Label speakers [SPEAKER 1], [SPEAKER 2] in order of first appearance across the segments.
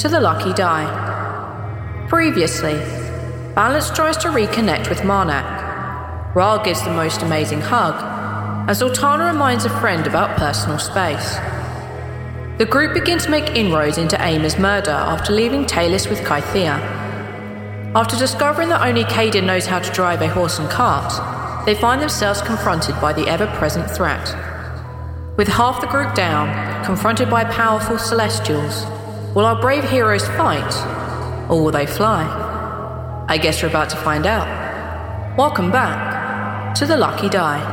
[SPEAKER 1] to the Lucky Die. Previously, Balance tries to reconnect with Marnak. Ra gives the most amazing hug, as Zoltana reminds a friend about personal space. The group begin to make inroads into Aimer's murder after leaving Talus with Kythea. After discovering that only Caden knows how to drive a horse and cart, they find themselves confronted by the ever present threat. With half the group down, confronted by powerful celestials, will our brave heroes fight or will they fly? I guess we're about to find out. Welcome back to the Lucky Die.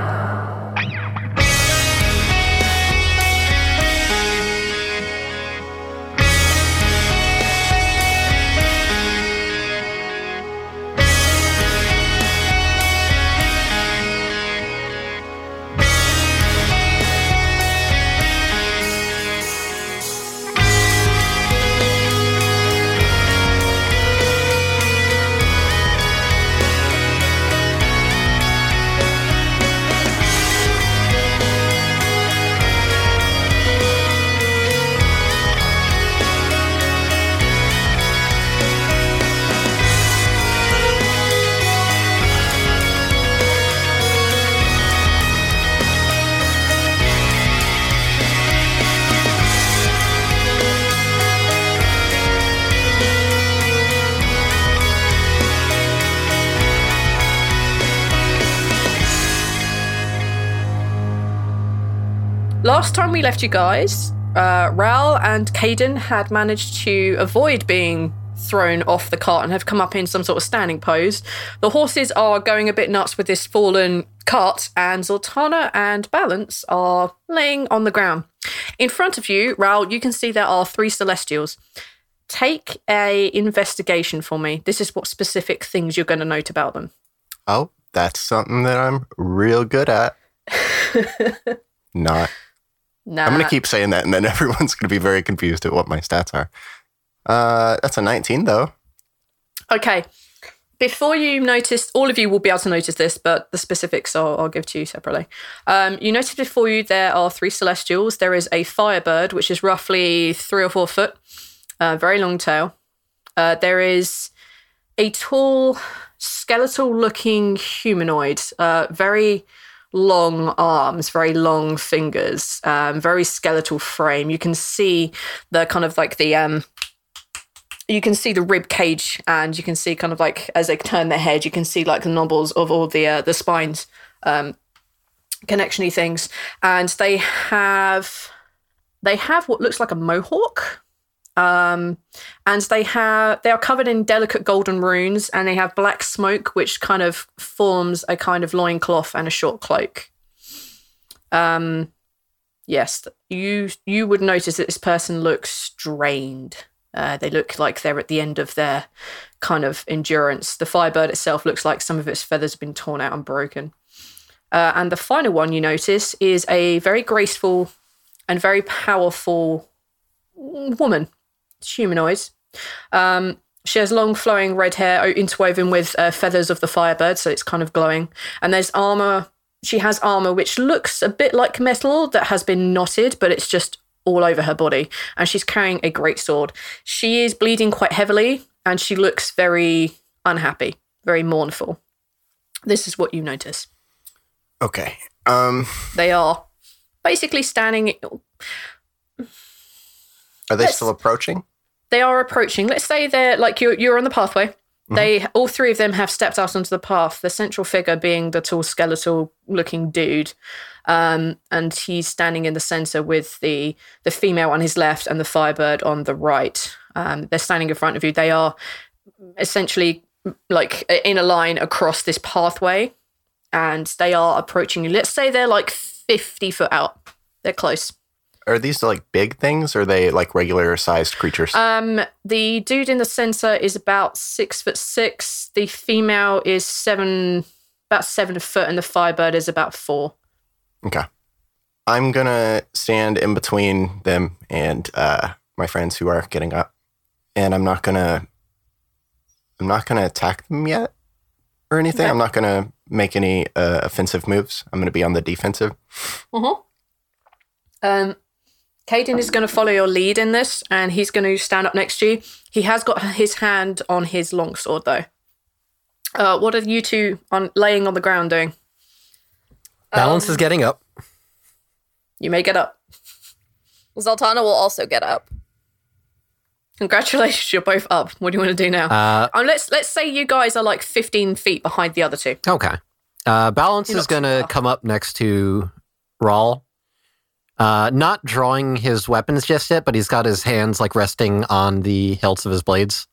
[SPEAKER 1] Last time we left you guys, uh, Ral and Caden had managed to avoid being thrown off the cart and have come up in some sort of standing pose. The horses are going a bit nuts with this fallen cart, and Zoltana and Balance are laying on the ground. In front of you, Ral, you can see there are three Celestials. Take a investigation for me. This is what specific things you're going to note about them.
[SPEAKER 2] Oh, that's something that I'm real good at. Not.
[SPEAKER 1] Nah.
[SPEAKER 2] I'm going to keep saying that, and then everyone's going to be very confused at what my stats are. Uh, that's a 19, though.
[SPEAKER 1] Okay. Before you notice, all of you will be able to notice this, but the specifics I'll, I'll give to you separately. Um, you notice before you there are three celestials. There is a firebird, which is roughly three or four foot, uh, very long tail. Uh, there is a tall, skeletal looking humanoid, uh, very long arms, very long fingers, um, very skeletal frame. You can see the kind of like the. Um, you can see the rib cage and you can see kind of like as they turn their head you can see like the knobbles of all the uh, the spines um connectiony things and they have they have what looks like a mohawk um and they have they are covered in delicate golden runes and they have black smoke which kind of forms a kind of loincloth and a short cloak um yes you you would notice that this person looks drained uh, they look like they're at the end of their kind of endurance. The Firebird itself looks like some of its feathers have been torn out and broken. Uh, and the final one you notice is a very graceful and very powerful woman. It's humanoid. Um, she has long flowing red hair o- interwoven with uh, feathers of the Firebird, so it's kind of glowing. And there's armor. She has armor which looks a bit like metal that has been knotted, but it's just all over her body. And she's carrying a great sword. She is bleeding quite heavily and she looks very unhappy, very mournful. This is what you notice.
[SPEAKER 2] Okay. Um,
[SPEAKER 1] They are basically standing,
[SPEAKER 2] are they
[SPEAKER 1] Let's-
[SPEAKER 2] still approaching?
[SPEAKER 1] they are approaching. Let's say they're like you're, you're on the pathway. They all three of them have stepped out onto the path. The central figure being the tall, skeletal-looking dude, um, and he's standing in the center with the the female on his left and the firebird on the right. Um, they're standing in front of you. They are essentially like in a line across this pathway, and they are approaching you. Let's say they're like fifty foot out. They're close.
[SPEAKER 2] Are these like big things? Or are they like regular sized creatures?
[SPEAKER 1] Um, the dude in the center is about six foot six. The female is seven, about seven foot, and the firebird is about four.
[SPEAKER 2] okay. I'm gonna stand in between them and uh, my friends who are getting up, and I'm not gonna. I'm not gonna attack them yet, or anything.
[SPEAKER 1] Okay.
[SPEAKER 2] I'm not gonna make any uh, offensive moves. I'm gonna be on the defensive.
[SPEAKER 1] Mm-hmm. Um, Caden is going to follow your lead in this, and he's going to stand up next to you. He has got his hand on his longsword, though. Uh, what are you two on laying on the ground doing?
[SPEAKER 3] Balance
[SPEAKER 1] Um,
[SPEAKER 3] is getting up.
[SPEAKER 1] You may get up.
[SPEAKER 4] Zoltana will also get up.
[SPEAKER 1] Congratulations, you're both up. What do you want to do now?
[SPEAKER 3] Uh,
[SPEAKER 1] Um, let's let's say you guys are like 15 feet behind the other two.
[SPEAKER 3] Okay. Uh, Balance
[SPEAKER 1] He
[SPEAKER 3] is
[SPEAKER 1] looks
[SPEAKER 3] going to
[SPEAKER 1] tough.
[SPEAKER 3] come up next to Rawl. Uh, not drawing his weapons just yet, but he's got his hands like resting on the hilts of his blades.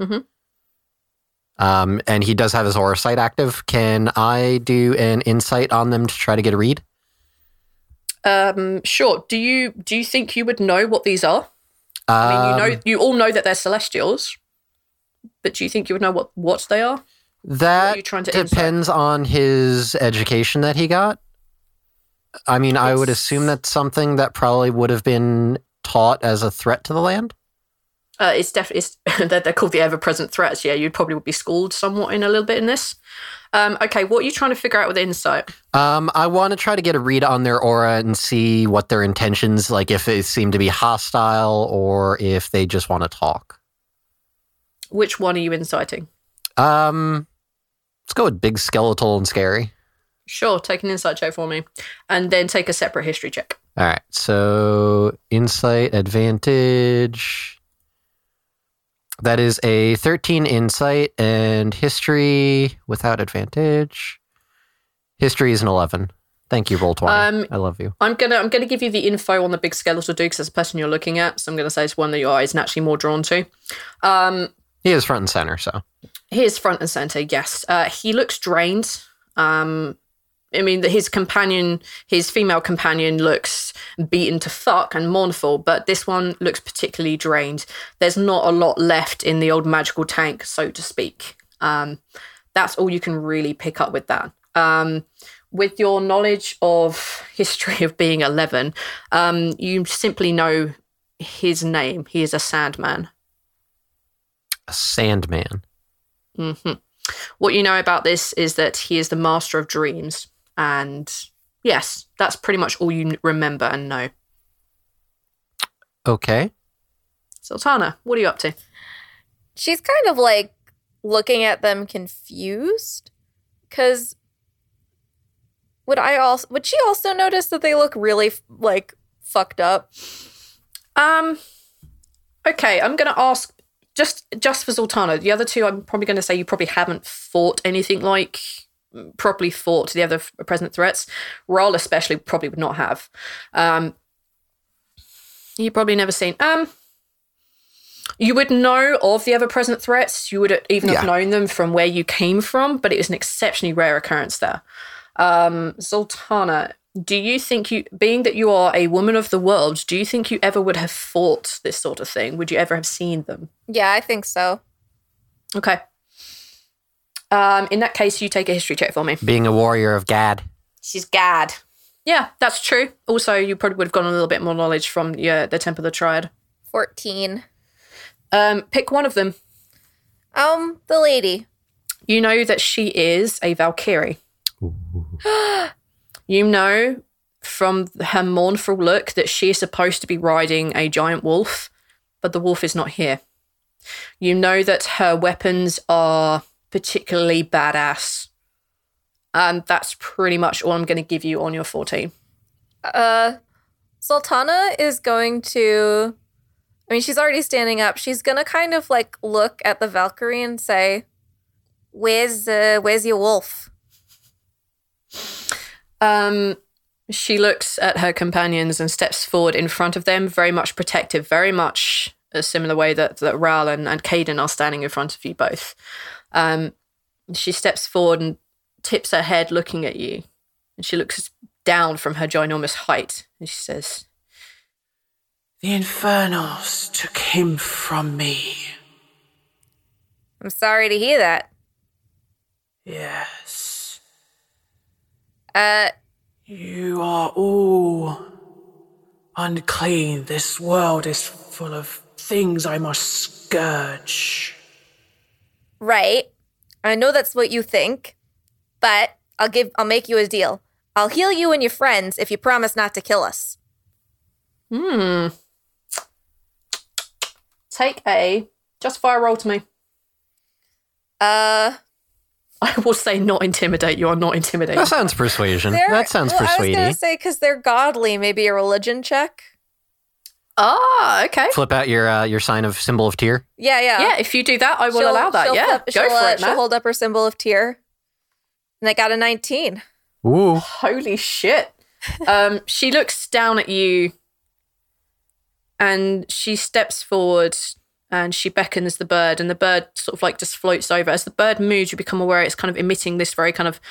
[SPEAKER 1] Mhm.
[SPEAKER 3] Um, and he does have his aura sight active. Can I do an insight on them to try to get a read?
[SPEAKER 1] Um, sure. Do you do you think you would know what these are? I mean, you
[SPEAKER 3] Um,
[SPEAKER 1] know, you all know that they're celestials, but do you think you would know what what they are?
[SPEAKER 3] That
[SPEAKER 1] you trying to insight?
[SPEAKER 3] depends on his education that he got. I mean, I would
[SPEAKER 1] It's-
[SPEAKER 3] assume that's something that probably would have been taught as a threat to the land.
[SPEAKER 1] Uh, it's definitely they're, they're called the ever-present threats. Yeah, you'd probably be schooled somewhat in a little bit in this. Um, okay, what are you trying to figure out with insight?
[SPEAKER 3] Um, I want to try to get a read on their aura and see what their intentions, like if they seem to be hostile or if they just want to talk.
[SPEAKER 1] Which one are you inciting?
[SPEAKER 3] Um, let's go with big skeletal and scary.
[SPEAKER 1] Sure, take an insight check for me, and then take a separate history check.
[SPEAKER 3] All right, so insight advantage. That is a thirteen insight and history without advantage. History is an eleven. Thank you, roll twenty.
[SPEAKER 1] Um,
[SPEAKER 3] I love you.
[SPEAKER 1] I'm gonna I'm gonna give you the info on the big skeletal dude because that's the person you're looking at. So I'm gonna say it's one that your eye is naturally more drawn to. Um,
[SPEAKER 3] He is front and center, so
[SPEAKER 1] He is front and center. Yes, uh, he looks drained. Um, I mean, the- his companion, his female companion, looks beaten to fuck and mournful, but this one looks particularly drained. There's not a lot left in the old magical tank, so to speak. Um, that's all you can really pick up with that. Um, with your knowledge of history of being 11, um, you simply know his name. He is a Sandman.
[SPEAKER 3] a Sandman.
[SPEAKER 1] hmm What you know about this is that he is the master of dreams. And yes, that's pretty much all you n- remember and know.
[SPEAKER 3] Okay.
[SPEAKER 1] Sultana, what are you up to?
[SPEAKER 4] She's kind of like looking at them confused cuz would I also would she also notice that they look really f- like fucked up?
[SPEAKER 1] Um, okay, I'm going to ask just just for Sultana. The other two, I'm probably going to say you probably haven't fought anything like properly fought the other f- present threats. Rawl especially probably would not have. Um, you probably never seen. Um, you would know of the ever present threats. You would even have
[SPEAKER 2] Yeah.
[SPEAKER 1] known them from where you came from, but it was an exceptionally rare occurrence there. Um, Zoltana, do you think you, being that you are a woman of the world, do you think you ever would have fought this sort of thing? Would you ever have seen them?
[SPEAKER 4] Yeah, I think so.
[SPEAKER 1] Okay. Um, in that case, you take a history check for me.
[SPEAKER 3] Being a warrior of Gad.
[SPEAKER 1] She's Gad. Yeah, that's true. Also, you probably would have gotten a little bit more knowledge from yeah, the Temple of the Triad.
[SPEAKER 4] 14.
[SPEAKER 1] Um, pick one of them.
[SPEAKER 4] Um the lady.
[SPEAKER 1] You know that she is a Valkyrie. You know from her mournful look that she is supposed to be riding a giant wolf, but the wolf is not here. You know that her weapons are particularly badass. And that's pretty much all I'm going to give you on your 14.
[SPEAKER 4] Uh, Sultana is going to. I mean, she's already standing up. She's gonna kind of like look at the Valkyrie and say, "Where's uh, where's your wolf?"
[SPEAKER 1] Um, she looks at her companions and steps forward in front of them, very much protective, very much a similar way that, that Ral and, and Caden are standing in front of you both. Um, she steps forward and tips her head, looking at you. And she looks down from her ginormous height and she says,
[SPEAKER 5] The Infernos took him from me.
[SPEAKER 4] I'm sorry to hear that.
[SPEAKER 5] Yes.
[SPEAKER 4] Uh,
[SPEAKER 5] You are all unclean. This world is full of things I must scourge.
[SPEAKER 4] right. I know that's what you think, but I'll give I'll make you a deal. I'll heal you and your friends if you promise not to kill us.
[SPEAKER 1] Hmm. Take a justify a roll to me.
[SPEAKER 4] Uh,
[SPEAKER 1] I will say not intimidate. You are not intimidating.
[SPEAKER 3] That sounds persuasion.
[SPEAKER 4] they're-
[SPEAKER 3] That sounds
[SPEAKER 4] well, I was
[SPEAKER 3] persuading.
[SPEAKER 4] gonna say because they're godly, maybe a religion check.
[SPEAKER 1] ah, okay.
[SPEAKER 3] Flip out your uh, your sign of symbol of tear.
[SPEAKER 4] Yeah, yeah.
[SPEAKER 1] Yeah, if you do that, I will
[SPEAKER 4] She'll-
[SPEAKER 1] allow that.
[SPEAKER 4] she'll
[SPEAKER 1] Yeah,
[SPEAKER 4] flip-
[SPEAKER 1] go
[SPEAKER 4] she'll,
[SPEAKER 1] for
[SPEAKER 4] uh,
[SPEAKER 1] it,
[SPEAKER 4] She'll
[SPEAKER 1] man.
[SPEAKER 4] hold up her symbol of tear, and I got a 19.
[SPEAKER 3] Ooh.
[SPEAKER 1] Holy shit. um, she looks down at you and she steps forward and she beckons the bird, and the bird sort of like just floats over. As the bird moves, you become aware it's kind of emitting this very kind of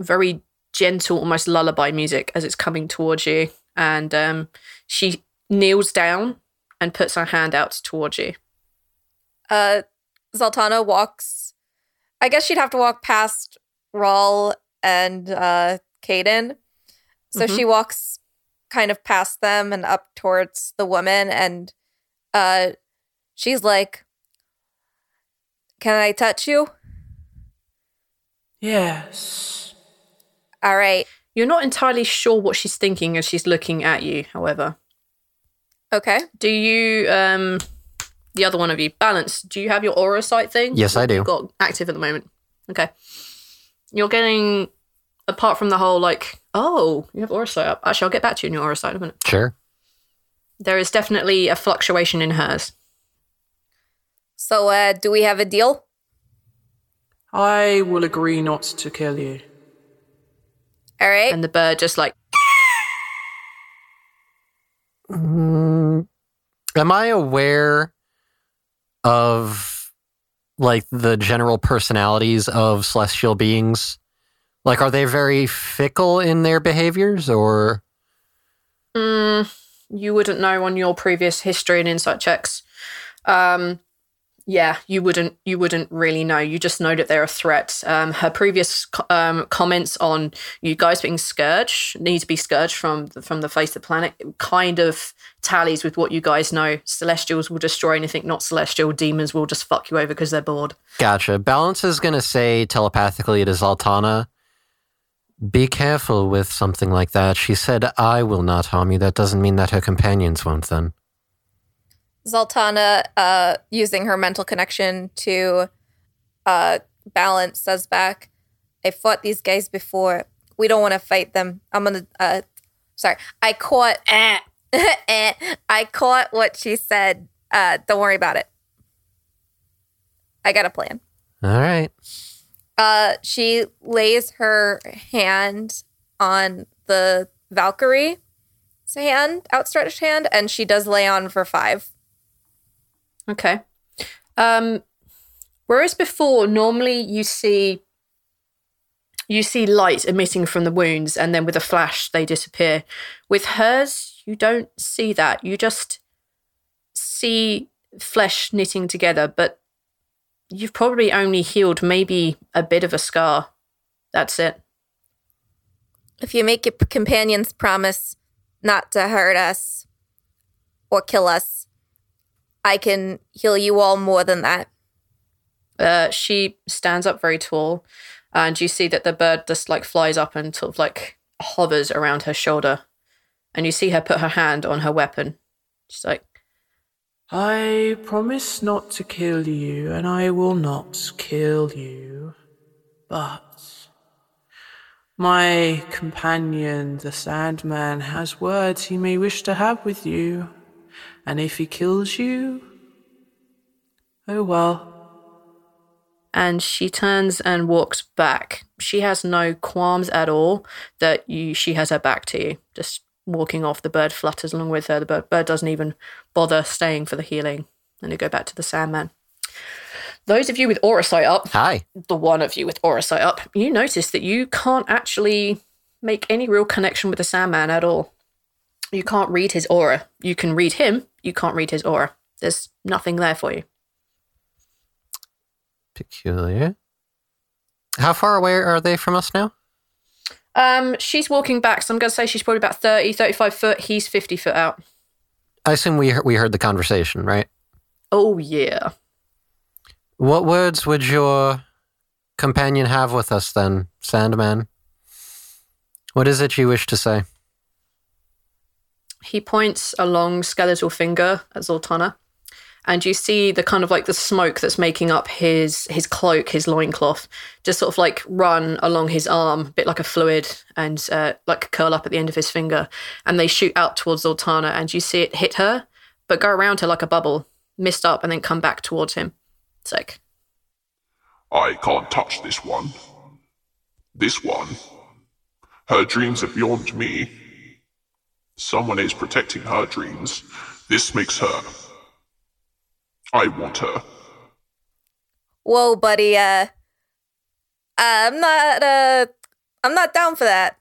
[SPEAKER 1] very gentle, almost lullaby music as it's coming towards you. And um, she kneels down and puts her hand out towards you.
[SPEAKER 4] uh Zoltana walks I guess she'd have to walk past Rawl and uh Caden. So
[SPEAKER 1] Mhm.
[SPEAKER 4] she walks kind of past them and up towards the woman and uh she's like Can I touch you?
[SPEAKER 5] Yes.
[SPEAKER 4] All right.
[SPEAKER 1] You're not entirely sure what she's thinking as she's looking at you, however.
[SPEAKER 4] Okay.
[SPEAKER 1] Do you, um, the other one of you, balance? Do you have your aura sight thing?
[SPEAKER 3] Yes, I do.
[SPEAKER 1] You've got active at the moment. Okay. You're getting, apart from the whole like, oh, you have aura sight up. Actually, I'll get back to you in your aura sight in a minute.
[SPEAKER 3] Sure.
[SPEAKER 1] There is definitely a fluctuation in hers.
[SPEAKER 4] So uh do we have a deal?
[SPEAKER 5] I will agree not to kill you.
[SPEAKER 4] All right.
[SPEAKER 1] And the bird just like,
[SPEAKER 3] Mm, am I aware of like the general personalities of celestial beings? Like, are they very fickle in their behaviors, or
[SPEAKER 1] mm, you wouldn't know on your previous history and insight checks. Um, yeah, you wouldn't. You wouldn't really know. You just know that they're a threat. Um, her previous co- um, comments on you guys being scourged need to be scourged from the, from the face of the planet kind of tallies with what you guys know. Celestials will destroy anything not celestial. Demons will just fuck you over because they're bored.
[SPEAKER 3] gotcha? Balance is gonna say telepathically to Zoltana, "Be careful with something like that." She said, "I will not harm you." That doesn't mean that her companions won't. Then
[SPEAKER 4] Zoltana, uh, using her mental connection to uh, balance, says back, I fought these guys before. We don't want to fight them. I'm going to, uh, sorry, I caught, eh, eh, I caught what she said. Uh, don't worry about it. I got a plan.
[SPEAKER 3] all right.
[SPEAKER 4] Uh, she lays her hand on the Valkyrie's hand, outstretched hand, and she does lay on for five.
[SPEAKER 1] Okay. Um, whereas before, normally you see you see light emitting from the wounds, and then with a flash they disappear. With hers, you don't see that. You just see flesh knitting together, but you've probably only healed maybe a bit of a scar. That's it.
[SPEAKER 4] If you make your p- companions promise not to hurt us or kill us, I can heal you all more than that.
[SPEAKER 1] Uh, she stands up very tall, and you see that the bird just like flies up and sort of like hovers around her shoulder. And you see her put her hand on her weapon. She's like,
[SPEAKER 5] I promise not to kill you, and I will not kill you. But my companion, the Sandman, has words he may wish to have with you, and if he kills you, oh well.
[SPEAKER 1] and she turns and walks back. She has no qualms at all that you. She has her back to you, just walking off. The bird flutters along with her. The bird, bird doesn't even bother staying for the healing, and they go back to the Sandman. Those of you with aura sight up,
[SPEAKER 3] Hi.
[SPEAKER 1] the one of you with aura sight up, you notice that you can't actually make any real connection with the Sandman at all. You can't read his aura. You can read him, you can't read his aura. There's nothing there for you.
[SPEAKER 3] Peculiar. How far away are they from us now?
[SPEAKER 1] Um, she's walking back, so I'm going to say she's probably about 30, 35 foot. He's 50 foot out.
[SPEAKER 3] I assume we he- we heard the conversation, right?
[SPEAKER 1] Oh, yeah.
[SPEAKER 3] What words would your companion have with us then, Sandman? What is it you wish to say?
[SPEAKER 1] He points a long skeletal finger at Zoltana, and you see the kind of like the smoke that's making up his his cloak, his loincloth, just sort of like run along his arm, a bit like a fluid, and uh, like curl up at the end of his finger, and they shoot out towards Zoltana, and you see it hit her, but go around her like a bubble, mist up, and then come back towards him. It's like
[SPEAKER 6] I can't touch this one. This one. Her dreams are beyond me. Someone is protecting her dreams. This makes her. I want her.
[SPEAKER 4] Whoa, buddy. Uh, I'm not. Uh, I'm not down for that.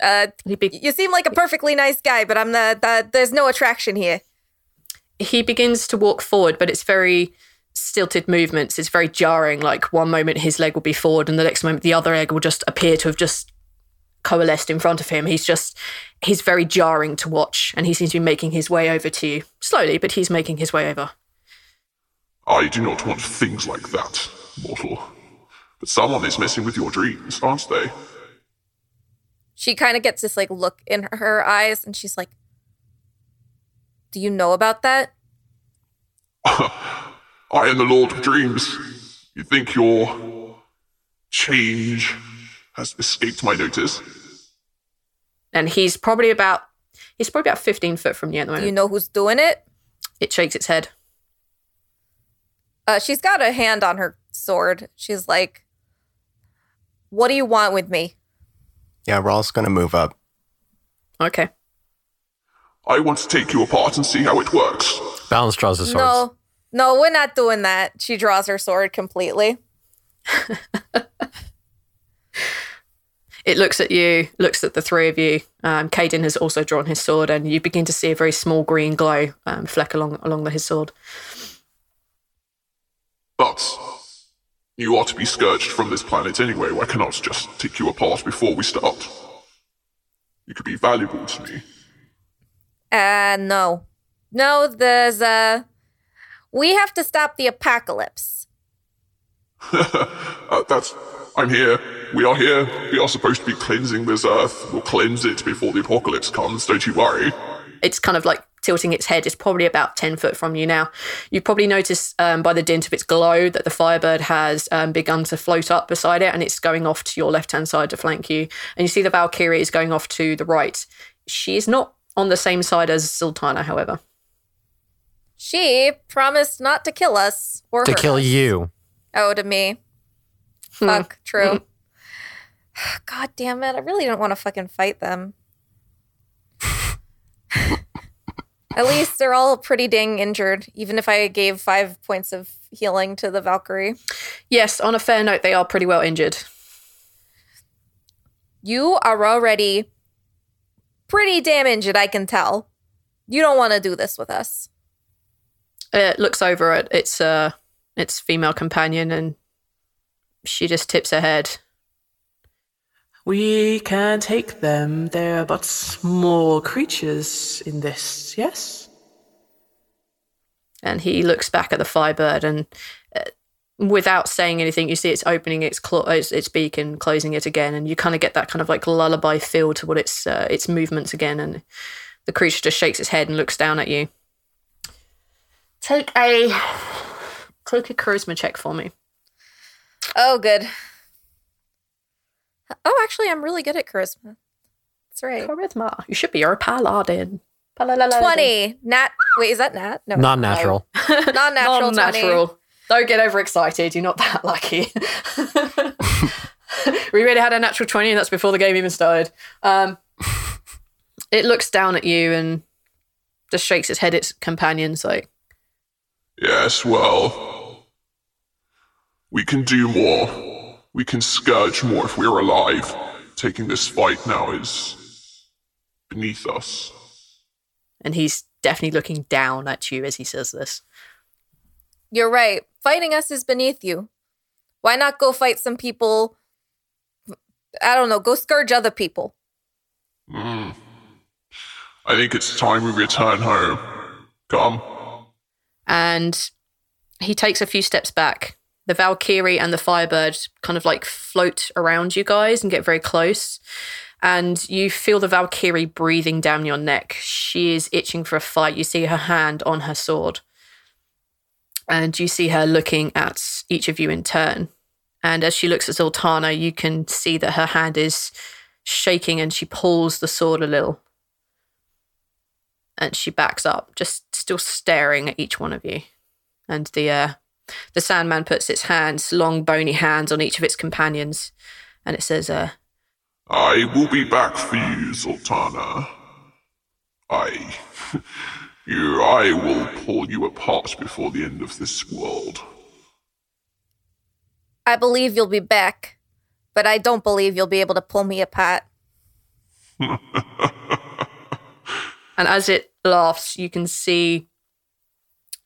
[SPEAKER 4] Uh,
[SPEAKER 1] he, be-
[SPEAKER 4] you seem like a perfectly nice guy, but I'm not. Uh, there's no attraction here.
[SPEAKER 1] he begins to walk forward, but it's very stilted movements. It's very jarring. Like one moment his leg will be forward, and the next moment the other leg will just appear to have just coalesced in front of him. He's just he's very jarring to watch, and he seems to be making his way over to you slowly, but he's making his way over.
[SPEAKER 6] I do not want things like that, mortal. But someone is messing with your dreams, aren't they?
[SPEAKER 4] She kind of gets this like look in her eyes, and she's like, "Do you know about that?"
[SPEAKER 6] I am the Lord of Dreams. You think your change has escaped my notice?
[SPEAKER 1] And he's probably about he's probably about fifteen foot from you at the
[SPEAKER 4] Do
[SPEAKER 1] moment.
[SPEAKER 4] you know who's doing it?
[SPEAKER 1] it shakes its head.
[SPEAKER 4] Uh, she's got a hand on her sword. She's like, "What do you want with me?"
[SPEAKER 2] Yeah, Rawls gonna move up.
[SPEAKER 1] Okay.
[SPEAKER 6] I want to take you apart and see how it works.
[SPEAKER 3] Balance draws his swords.
[SPEAKER 4] No, no, we're not doing that. She draws her sword completely.
[SPEAKER 1] It looks at you, looks at the three of you. Um, Caden has also drawn his sword, and you begin to see a very small green glow um, fleck along along his sword.
[SPEAKER 6] But you are to be scourged from this planet anyway. I cannot just take you apart before we start. You could be valuable to me.
[SPEAKER 4] Uh, no. No, there's uh We have to stop the apocalypse.
[SPEAKER 6] Uh, that's. I'm here. We are here. We are supposed to be cleansing this earth. We'll cleanse it before the apocalypse comes. Don't you worry.
[SPEAKER 1] it's kind of like tilting its head. It's probably about 10 foot from you now. You probably notice um, by the dint of its glow that the Firebird has um, begun to float up beside it and it's going off to your left hand side to flank you. And you see the Valkyrie is going off to the right. She is not on the same side as Sultana, however.
[SPEAKER 4] She promised not to kill us or
[SPEAKER 3] To
[SPEAKER 4] hurt
[SPEAKER 3] kill
[SPEAKER 4] us.
[SPEAKER 3] you.
[SPEAKER 4] Oh, to me. Fuck, true. God damn it. I really don't want to fucking fight them. At least they're all pretty dang injured, even if I gave five points of healing to the Valkyrie.
[SPEAKER 1] Yes, on a fair note, they are pretty well injured.
[SPEAKER 4] You are already pretty damn injured, I can tell. You don't want to do this with us.
[SPEAKER 1] Uh, It looks over at its, uh, its female companion and she just tips her head.
[SPEAKER 5] We can take them. They're but small creatures in this, yes?
[SPEAKER 1] and he looks back at the firebird and uh, without saying anything you see it's opening its, claw, its its beak and closing it again and you kind of get that kind of like lullaby feel to what its uh, its movements again and the creature just shakes its head and looks down at you take a take a charisma check for me
[SPEAKER 4] Oh, good. Oh, actually, I'm really good at charisma. That's right.
[SPEAKER 1] charisma you should be you're a paladin Palalalala.
[SPEAKER 4] 20. Nat. Wait, is that Nat? No.
[SPEAKER 3] Not natural.
[SPEAKER 4] Non natural 20.
[SPEAKER 1] non-natural don't get overexcited you're not that lucky we really had a natural 20 and that's before the game even started um, it looks down at you and just shakes its head at its companions like
[SPEAKER 6] Yes, well. We can do more. We can scourge more if we're alive. Taking this fight now is beneath us.
[SPEAKER 1] And he's definitely looking down at you as he says this.
[SPEAKER 4] You're right. Fighting us is beneath you. Why not go fight some people? I don't know. Go scourge other people.
[SPEAKER 6] Mm. I think it's time we return home. Come.
[SPEAKER 1] And he takes a few steps back. The Valkyrie and the Firebird kind of like float around you guys and get very close. And you feel the Valkyrie breathing down your neck. She is itching for a fight. You see her hand on her sword. And you see her looking at each of you in turn. And as she looks at Zoltana, you can see that her hand is shaking and she pulls the sword a little. And she backs up, just still staring at each one of you. And the uh, the Sandman puts its hands, long bony hands, on each of its companions, and it says, uh,
[SPEAKER 6] I will be back for you, Sultana. I. you, I will pull you apart before the end of this world.
[SPEAKER 4] I believe you'll be back, but I don't believe you'll be able to pull me apart.
[SPEAKER 1] And as it laughs, you can see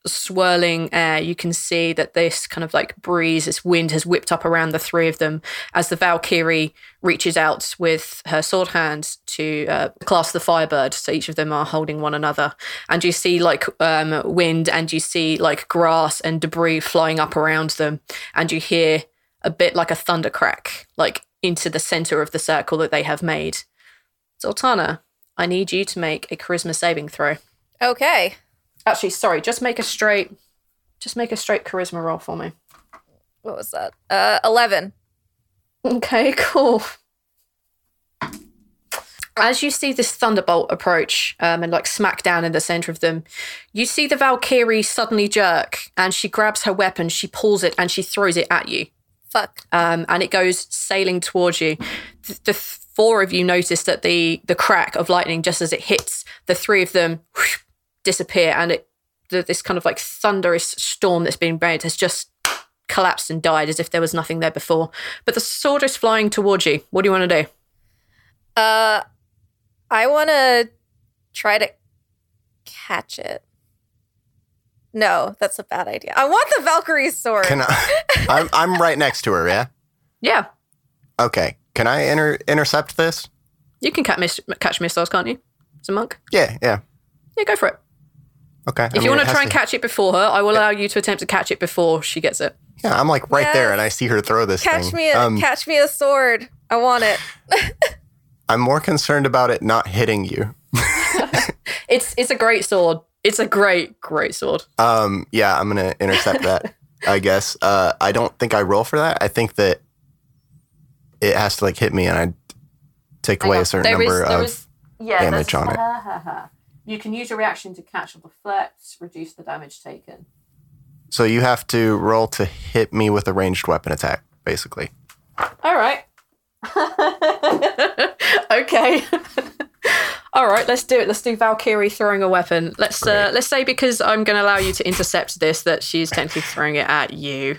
[SPEAKER 1] swirling air. You can see that this kind of like breeze, this wind has whipped up around the three of them as the Valkyrie reaches out with her sword hand to uh, clasp the Firebird. So each of them are holding one another. And you see like um, wind and you see like grass and debris flying up around them. And you hear a bit like a thunder crack, like into the center of the circle that they have made. Zoltana, I need you to make a charisma saving throw.
[SPEAKER 4] Okay.
[SPEAKER 1] Actually, sorry, just make a straight just make a straight charisma roll for me.
[SPEAKER 4] What was that? Uh, 11.
[SPEAKER 1] Okay, cool. As you see this thunderbolt approach um, and like smack down in the center of them, you see the Valkyrie suddenly jerk and she grabs her weapon, she pulls it, and she throws it at you.
[SPEAKER 4] Fuck.
[SPEAKER 1] um, and it goes sailing towards you. Th- the four of you notice that the the crack of lightning just as it hits the three of them whoosh, disappear, and it th- this kind of like thunderous storm that's been made has just collapsed and died as if there was nothing there before. But the sword is flying towards you. What do you want to do?
[SPEAKER 4] Uh, I want to try to catch it. No, that's a bad idea. I want the Valkyrie's sword.
[SPEAKER 2] Can I? I'm I'm right next to her. Yeah.
[SPEAKER 1] Yeah,
[SPEAKER 2] Okay. Can I inter- intercept this?
[SPEAKER 1] you can catch mis- catch missiles, can't you? As a monk,
[SPEAKER 2] Yeah. Yeah.
[SPEAKER 1] yeah, go for it.
[SPEAKER 2] Okay.
[SPEAKER 1] If you want to try and catch it before her, I will allow you to attempt to catch it before she gets it.
[SPEAKER 2] yeah, I'm like right there,
[SPEAKER 4] Yes.
[SPEAKER 2] and I see her throw this
[SPEAKER 4] catch
[SPEAKER 2] thing.
[SPEAKER 4] me a
[SPEAKER 2] Um,
[SPEAKER 4] catch me a sword. I want it.
[SPEAKER 2] I'm more concerned about it not hitting you.
[SPEAKER 1] It's it's a great sword. It's a great great sword.
[SPEAKER 2] Um, yeah, I'm gonna intercept that. I guess. Uh, I don't think I roll for that. I think that it has to like hit me, and I take away a certain number of.
[SPEAKER 1] yeah,
[SPEAKER 2] damage on it.
[SPEAKER 1] it. You can use a reaction to catch or deflect, reduce the damage taken.
[SPEAKER 2] So you have to roll to hit me with a ranged weapon attack, basically.
[SPEAKER 1] All right. okay. All right, let's do it. Let's do Valkyrie throwing a weapon. Let's uh, let's say because I'm going to allow you to intercept this that she's technically throwing it at you.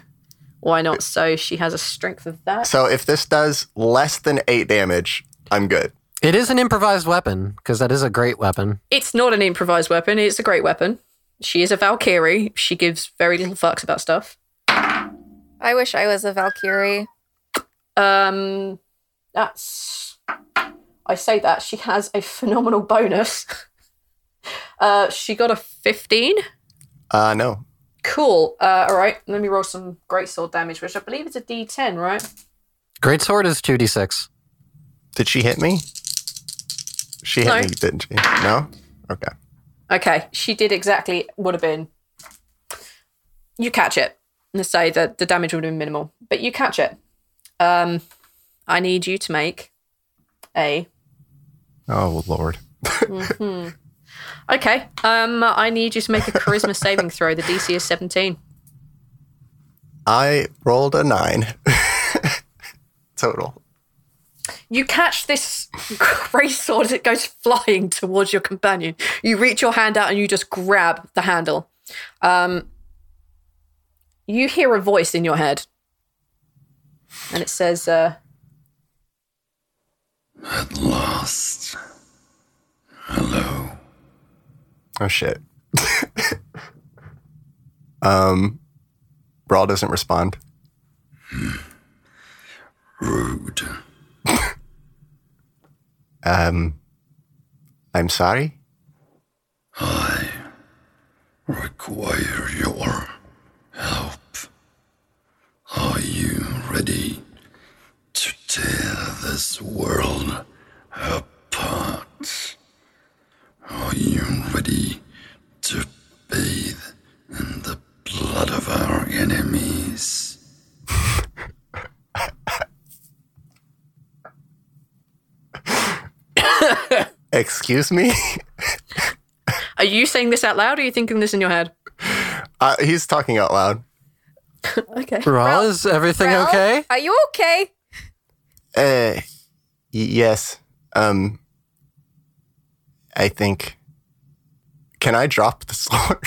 [SPEAKER 1] Why not? So she has a strength of that.
[SPEAKER 2] So if this does less than eight damage, I'm good.
[SPEAKER 3] It is an improvised weapon because that is a great weapon.
[SPEAKER 1] it's not an improvised weapon. It's a great weapon. She is a Valkyrie. She gives very little fucks about stuff.
[SPEAKER 4] I wish I was a Valkyrie.
[SPEAKER 1] Um, that's. I say that she has a phenomenal bonus. uh, she got a fifteen.
[SPEAKER 2] Uh, no,
[SPEAKER 1] Cool. Uh, all right, let me roll some greatsword damage, which I believe is a D10, right?
[SPEAKER 3] Great sword is two d six.
[SPEAKER 2] Did she hit me? She hit
[SPEAKER 1] No.
[SPEAKER 2] me, didn't she? No? Okay.
[SPEAKER 1] Okay, she did exactly would have been. You catch it. Let's say that the damage would have been minimal, but you catch it. Um, I need you to make a.
[SPEAKER 2] Oh, Lord.
[SPEAKER 1] Mhm. Okay. Um, I need you to make a charisma saving throw. The DC is seventeen.
[SPEAKER 2] I rolled a nine total.
[SPEAKER 1] You catch this grey sword as it goes flying towards your companion. You reach your hand out and you just grab the handle. Um, you hear a voice in your head, and it says, uh,
[SPEAKER 7] At last. Hello.
[SPEAKER 2] Oh shit. um, Brawl doesn't respond.
[SPEAKER 7] Rude.
[SPEAKER 2] Um, I'm sorry.
[SPEAKER 7] I require your help. Are you ready to tear this world apart? Are you ready to bathe in the blood of our enemies?
[SPEAKER 2] Excuse me.
[SPEAKER 1] Are you saying this out loud or are you thinking this in your head?
[SPEAKER 2] uh, he's talking out loud.
[SPEAKER 1] Okay.
[SPEAKER 3] Rawl, is everything
[SPEAKER 4] Ralph,
[SPEAKER 3] okay?
[SPEAKER 4] Are you okay?
[SPEAKER 2] Uh, y- yes. Um, I think. Can I drop the sword?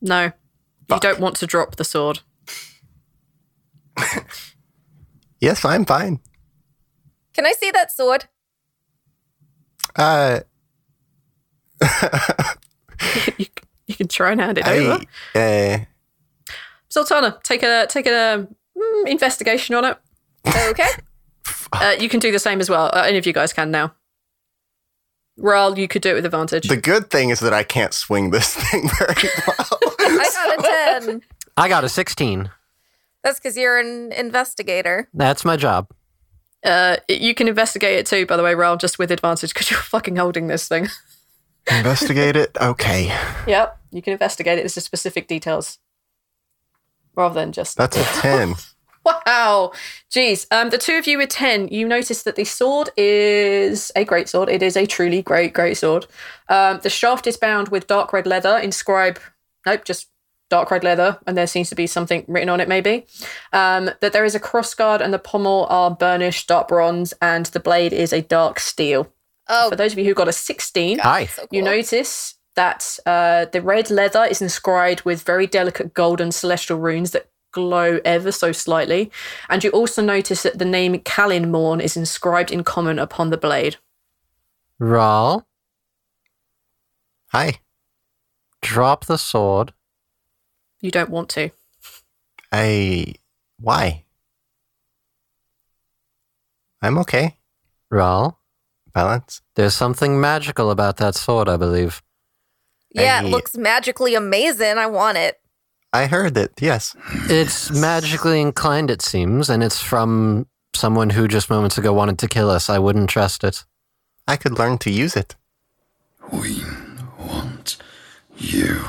[SPEAKER 1] No. You
[SPEAKER 2] Fuck.
[SPEAKER 1] don't want to drop the sword.
[SPEAKER 2] yes, I'm fine.
[SPEAKER 4] Can I see that sword?
[SPEAKER 2] Uh,
[SPEAKER 1] you, you can try and hand it over.
[SPEAKER 2] I, uh,
[SPEAKER 1] Sultana, take a take a mm, investigation on it.
[SPEAKER 4] Okay.
[SPEAKER 1] Uh, you can do the same as well. Uh, any of you guys can now. Raul, you could do it with advantage.
[SPEAKER 2] the good thing is that I can't swing this thing very well.
[SPEAKER 4] I got a 10.
[SPEAKER 3] I got a 16.
[SPEAKER 4] That's because you're an investigator.
[SPEAKER 3] That's my job.
[SPEAKER 1] Uh, you can investigate it too, by the way, Raul, just with advantage because you're fucking holding this thing.
[SPEAKER 2] Investigate it. Okay,
[SPEAKER 1] Yep, you can investigate it. It's just specific details rather than just.
[SPEAKER 2] that's a ten.
[SPEAKER 1] Wow. Jeez. Um, the two of you with 10, you notice that the sword is a great sword. It is a truly great, great sword. Um, the shaft is bound with dark red leather, inscribe, nope, just dark red leather, and there seems to be something written on it, maybe. Um, that there is a cross guard and the pommel are burnished dark bronze, and the blade is a dark steel.
[SPEAKER 4] Oh,
[SPEAKER 1] For those of you who got a 16,
[SPEAKER 3] Hi.
[SPEAKER 4] so cool.
[SPEAKER 1] you notice that uh, the red leather is inscribed with very delicate gold and celestial runes that glow ever so slightly. And you also notice that the name Kalin Morn is inscribed in common upon the blade.
[SPEAKER 3] Rawl,
[SPEAKER 2] Hi.
[SPEAKER 3] drop the sword.
[SPEAKER 1] You don't want to.
[SPEAKER 2] I. Why? I'm okay.
[SPEAKER 3] Rawl,
[SPEAKER 2] Balance.
[SPEAKER 3] there's something magical about that sword, I believe.
[SPEAKER 4] yeah,
[SPEAKER 2] I-
[SPEAKER 4] it looks magically amazing. I want it.
[SPEAKER 2] I heard that. Yes.
[SPEAKER 3] It's magically inclined, it seems, and it's from someone who just moments ago wanted to kill us. I wouldn't trust it.
[SPEAKER 2] I could learn to use it.
[SPEAKER 7] We want you.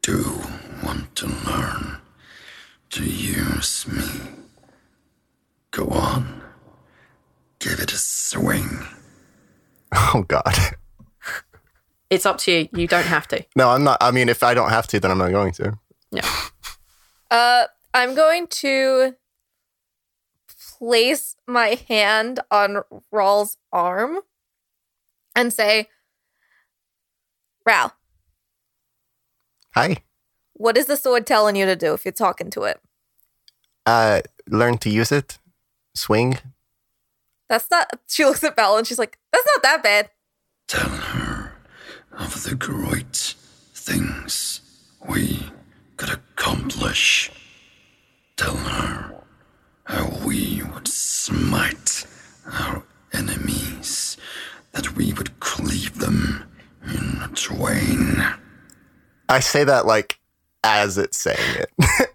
[SPEAKER 7] Do want to learn to use me. Go on. Give it a swing.
[SPEAKER 2] Oh God.
[SPEAKER 1] It's up to you. You don't have to.
[SPEAKER 2] No, I'm not. I mean, if I don't have to, then I'm not going to.
[SPEAKER 4] Uh, I'm going to place my hand on Rawl's arm and say, Ral,
[SPEAKER 2] Hi.
[SPEAKER 4] what is the sword telling you to do if you're talking to it?
[SPEAKER 2] Uh, learn to use it. Swing.
[SPEAKER 4] That's not. She looks at Val and she's like, that's not that bad.
[SPEAKER 7] Tell her of the great things we could accomplish. Tell her how we would smite our enemies, that we would cleave them in twain.
[SPEAKER 2] I say that like as it's saying it,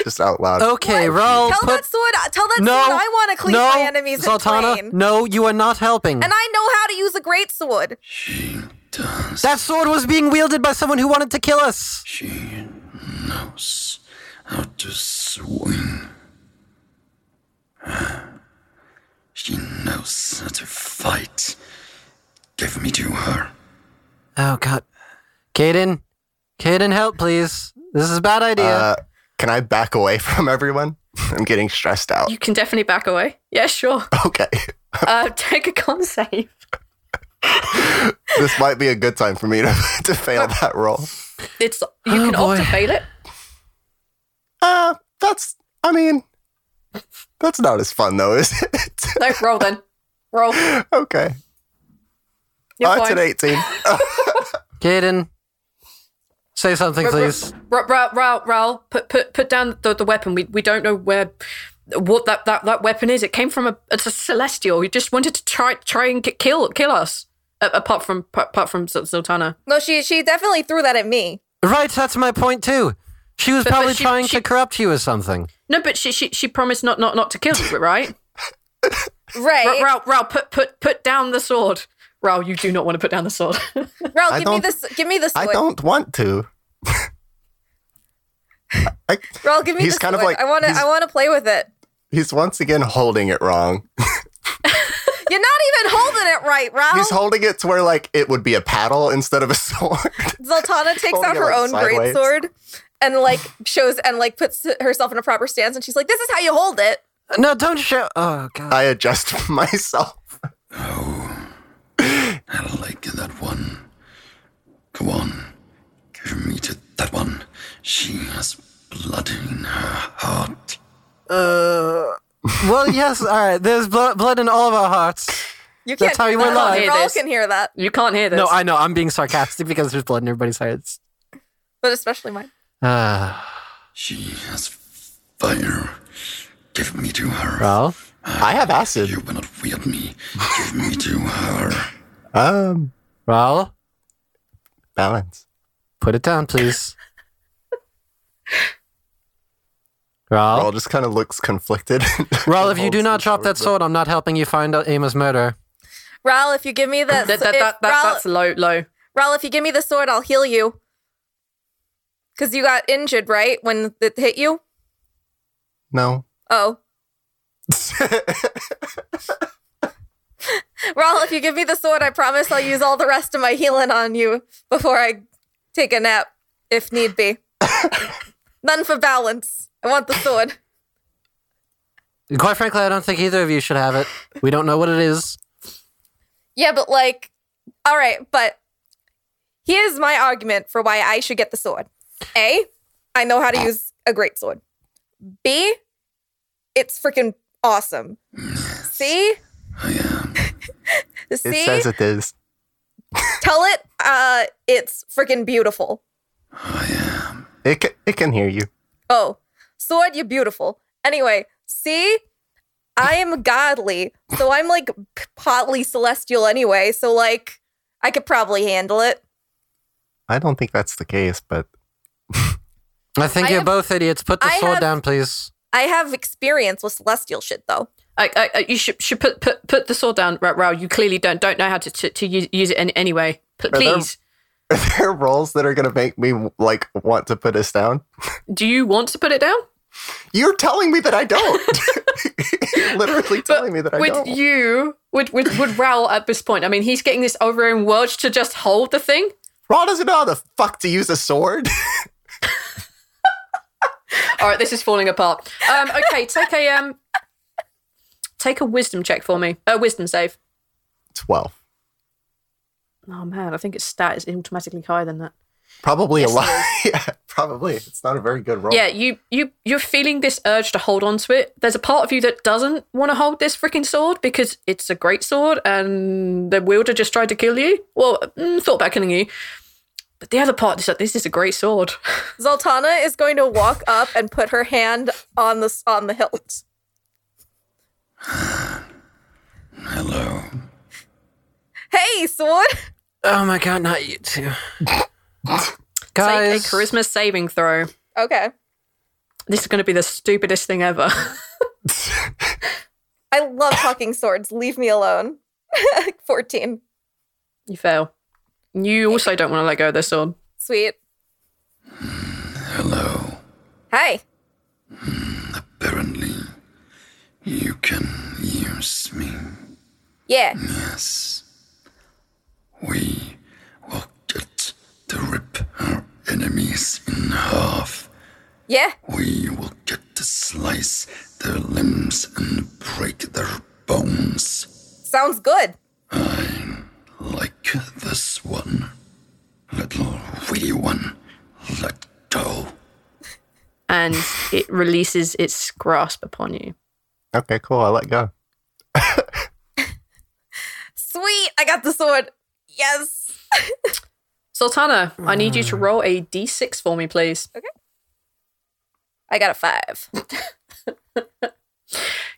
[SPEAKER 2] just out loud.
[SPEAKER 3] Okay,
[SPEAKER 4] What?
[SPEAKER 2] Oh,
[SPEAKER 3] Rawl,
[SPEAKER 4] Tell
[SPEAKER 3] put.
[SPEAKER 4] that sword. uh, Tell that
[SPEAKER 3] no,
[SPEAKER 4] sword. I want to cleave
[SPEAKER 3] no,
[SPEAKER 4] my enemies
[SPEAKER 3] Zoltana,
[SPEAKER 4] in twain.
[SPEAKER 3] no, you are not helping.
[SPEAKER 4] And I know how to use a great sword.
[SPEAKER 7] She does.
[SPEAKER 3] that sword was being wielded by someone who wanted to kill us.
[SPEAKER 7] She knows how to swing. She knows how to fight. Give me to her.
[SPEAKER 3] Oh God, Caden, Caden, help, please. This is a bad idea.
[SPEAKER 2] Uh, can I back away from everyone? I'm getting stressed out.
[SPEAKER 1] You can definitely back away. Yeah, sure.
[SPEAKER 2] Okay,
[SPEAKER 1] Uh, take a con save.
[SPEAKER 2] this might be a good time for me to, to fail that roll.
[SPEAKER 1] It's, you can
[SPEAKER 3] Oh,
[SPEAKER 1] opt to
[SPEAKER 3] boy.
[SPEAKER 1] fail it.
[SPEAKER 2] Uh, that's. I mean, that's not as fun though, is it?
[SPEAKER 1] No, roll then. Roll. You're
[SPEAKER 2] okay.
[SPEAKER 1] Oh, fine.
[SPEAKER 2] it's an 18.
[SPEAKER 3] Caden, say something,
[SPEAKER 1] Ra-
[SPEAKER 3] please.
[SPEAKER 1] Ra- Ra- Ra- Raoul, put put put down the, the weapon. We we don't know where what that, that, that weapon is. It came from a it's a celestial. He just wanted to try try and get, kill kill us. A- apart from apart from Sul- Sultana.
[SPEAKER 4] No, she she definitely threw that at me.
[SPEAKER 3] Right, that's my point too. She was
[SPEAKER 1] But- but
[SPEAKER 3] probably
[SPEAKER 1] she-
[SPEAKER 3] trying
[SPEAKER 1] she-
[SPEAKER 3] to corrupt you or something.
[SPEAKER 1] No, but she she, she promised not not not to kill us, right? Ra-
[SPEAKER 4] Right,
[SPEAKER 1] Raoul, Raoul, put put put down the sword. Raoul, you do not want to put down the sword.
[SPEAKER 4] Raul,
[SPEAKER 2] I
[SPEAKER 4] give me
[SPEAKER 2] don't-
[SPEAKER 4] this. Give me the
[SPEAKER 2] I
[SPEAKER 4] sword.
[SPEAKER 2] don't want to. I,
[SPEAKER 4] Raul, give me
[SPEAKER 2] He's
[SPEAKER 4] the
[SPEAKER 2] kind of
[SPEAKER 4] sword.
[SPEAKER 2] like-
[SPEAKER 4] I want to.
[SPEAKER 2] he's-
[SPEAKER 4] I want to play with it.
[SPEAKER 2] he's once again holding it wrong.
[SPEAKER 4] You're not even holding it right, Raul.
[SPEAKER 2] He's holding it to where like it would be a paddle instead of a sword.
[SPEAKER 4] Zoltana takes
[SPEAKER 2] holding
[SPEAKER 4] out
[SPEAKER 2] it,
[SPEAKER 4] her
[SPEAKER 2] like,
[SPEAKER 4] own great
[SPEAKER 2] sideways.
[SPEAKER 4] sword and like shows and like puts herself in a proper stance, and she's like, "This is how you hold it."
[SPEAKER 3] No, don't show. Oh god.
[SPEAKER 2] I adjust myself.
[SPEAKER 7] Oh, I like that one. Go on, give me to that one. She has blood in her heart.
[SPEAKER 3] well, yes. All right. There's blood, blood in all of our hearts.
[SPEAKER 4] You can't.
[SPEAKER 3] That's how you
[SPEAKER 4] hear
[SPEAKER 3] were
[SPEAKER 4] that.
[SPEAKER 3] live.
[SPEAKER 1] Hear
[SPEAKER 4] Raul
[SPEAKER 1] this.
[SPEAKER 4] can hear that,
[SPEAKER 1] you can't hear this.
[SPEAKER 3] No, I know. I'm being sarcastic because there's blood in everybody's hearts.
[SPEAKER 4] but especially mine.
[SPEAKER 3] Ah,
[SPEAKER 7] She has fire. Give me to her.
[SPEAKER 3] well,
[SPEAKER 2] I have acid.
[SPEAKER 7] You will not wield me. Give me to her.
[SPEAKER 2] Um,
[SPEAKER 3] well,
[SPEAKER 2] balance.
[SPEAKER 3] put it down, please. Raul, Oh.
[SPEAKER 2] Raul just kind of looks conflicted.
[SPEAKER 3] Raul, if you do
[SPEAKER 2] Holds
[SPEAKER 3] not
[SPEAKER 2] the
[SPEAKER 3] drop that
[SPEAKER 2] sword,
[SPEAKER 3] sword, I'm not helping you find out Amos' murder.
[SPEAKER 4] Raul, if you give me the
[SPEAKER 1] that, that, that, that,
[SPEAKER 4] Raul,
[SPEAKER 1] that's low low.
[SPEAKER 4] Raul, if you give me the sword, I'll heal you. Cause you got injured, right? When it hit you.
[SPEAKER 2] No.
[SPEAKER 4] Oh, Raul, if you give me the sword, I promise I'll use all the rest of my healing on you before I take a nap, if need be. None for balance. I want the sword.
[SPEAKER 3] Quite frankly, I don't think either of you should have it. We don't know what it is.
[SPEAKER 4] Yeah, but like, all right, but here's my argument for why I should get the sword. A, I know how to use a great sword. B, it's freaking awesome. C,
[SPEAKER 7] I am.
[SPEAKER 4] C,
[SPEAKER 2] It says it is.
[SPEAKER 4] tell it uh, it's freaking beautiful.
[SPEAKER 7] I am.
[SPEAKER 2] It can, it can hear you.
[SPEAKER 4] Oh, sword, you're beautiful. Anyway, see, I am godly, so I'm like p- potly celestial anyway. So like, I could probably handle it.
[SPEAKER 2] I don't think that's the case, but
[SPEAKER 3] I think
[SPEAKER 4] I
[SPEAKER 3] you're
[SPEAKER 4] have-
[SPEAKER 3] both idiots. Put the
[SPEAKER 4] I
[SPEAKER 3] sword
[SPEAKER 4] have-
[SPEAKER 3] down, please.
[SPEAKER 4] I have experience with celestial shit though.
[SPEAKER 1] I, I, I, you should should put put, put the sword down, Ra- Raoul. You clearly don't don't know how to to, to use, use it any, anyway. P-
[SPEAKER 2] there-
[SPEAKER 1] please,
[SPEAKER 2] are there roles that are going to make me like want to put us down?
[SPEAKER 1] do you want to put it down?
[SPEAKER 2] You're telling me that I don't. You're literally telling me that I
[SPEAKER 1] would
[SPEAKER 2] don't.
[SPEAKER 1] you would would would Raoul at this point? I mean, he's getting this overbearing urge to just hold the thing.
[SPEAKER 2] Raul doesn't know how the fuck to use a sword.
[SPEAKER 1] All right, this is falling apart. Um, okay, take a um, take a wisdom check for me. A wisdom save.
[SPEAKER 2] 12.
[SPEAKER 1] Oh man, I think its stat is automatically higher than that.
[SPEAKER 2] Probably a lot. yeah, probably. It's not a very good roll.
[SPEAKER 1] Yeah, you you you're feeling this urge to hold on to it. There's a part of you that doesn't want to hold this freaking sword because it's a great sword and the wielder just tried to kill you. Well, mm, thought about killing you. But the other part is that this is a great sword.
[SPEAKER 4] Zoltana is going to walk up and put her hand on the on the hilt.
[SPEAKER 7] Hello.
[SPEAKER 4] Hey, sword.
[SPEAKER 3] Oh my god, not you two.
[SPEAKER 1] Take
[SPEAKER 3] Guys,
[SPEAKER 1] a charisma saving throw.
[SPEAKER 4] Okay,
[SPEAKER 1] This is going to be the stupidest thing ever.
[SPEAKER 4] I love talking swords. Leave me alone. Fourteen.
[SPEAKER 1] you fail. You also don't want to let go of this sword.
[SPEAKER 4] Sweet.
[SPEAKER 7] Hello.
[SPEAKER 4] Hey.
[SPEAKER 7] Apparently, you can use me.
[SPEAKER 4] Yeah.
[SPEAKER 7] Yes. We will get to rip our enemies in half.
[SPEAKER 4] Yeah.
[SPEAKER 7] We will get to slice their limbs and break their bones.
[SPEAKER 4] Sounds good.
[SPEAKER 7] I like this one. Little wee one, let go.
[SPEAKER 1] And it releases its grasp upon you.
[SPEAKER 2] Okay, cool. I let go.
[SPEAKER 4] Sweet. I got the sword. Yes.
[SPEAKER 1] Sultana, I need you to roll a d6 for me, please.
[SPEAKER 4] I got a five.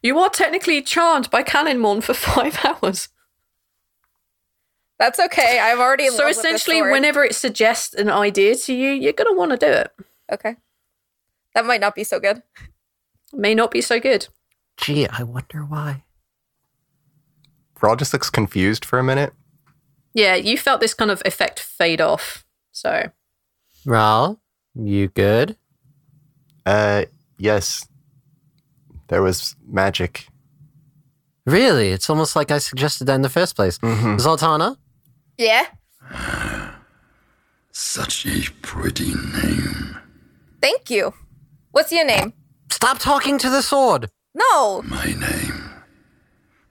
[SPEAKER 1] You are technically charmed by Cannonmorn for five hours.
[SPEAKER 4] That's okay. I'm already in
[SPEAKER 1] So
[SPEAKER 4] love with this
[SPEAKER 1] essentially,
[SPEAKER 4] sword.
[SPEAKER 1] whenever it suggests an idea to you, you're going to want to do it.
[SPEAKER 4] okay, that might not be so good.
[SPEAKER 1] May not be so good.
[SPEAKER 3] Gee, I wonder why.
[SPEAKER 2] Rawl just looks confused for a minute.
[SPEAKER 1] Yeah, you felt this kind of effect fade off. So,
[SPEAKER 3] Ral, you good?
[SPEAKER 2] Uh, yes, there was magic.
[SPEAKER 3] Really? It's almost like I suggested that in the first place.
[SPEAKER 2] Mm-hmm.
[SPEAKER 3] Zoltana?
[SPEAKER 4] Yeah.
[SPEAKER 7] Such a pretty name.
[SPEAKER 4] Thank you. What's your name?
[SPEAKER 3] Stop talking to the sword.
[SPEAKER 4] No.
[SPEAKER 7] My name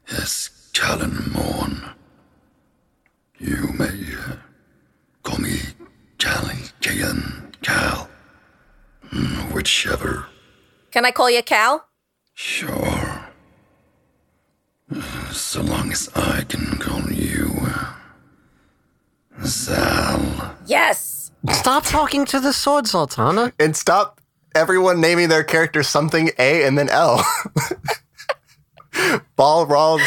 [SPEAKER 7] is Callan Morn. You may uh, call me Callie, Callan, Cal, Mm, whichever.
[SPEAKER 4] Can I call you Cal?
[SPEAKER 7] Sure. Uh, So long as I can call you uh, Zal.
[SPEAKER 4] Yes.
[SPEAKER 3] Stop talking to the sword, Zoltana.
[SPEAKER 2] And stop everyone naming their character something A and then L. Ball, Rawl,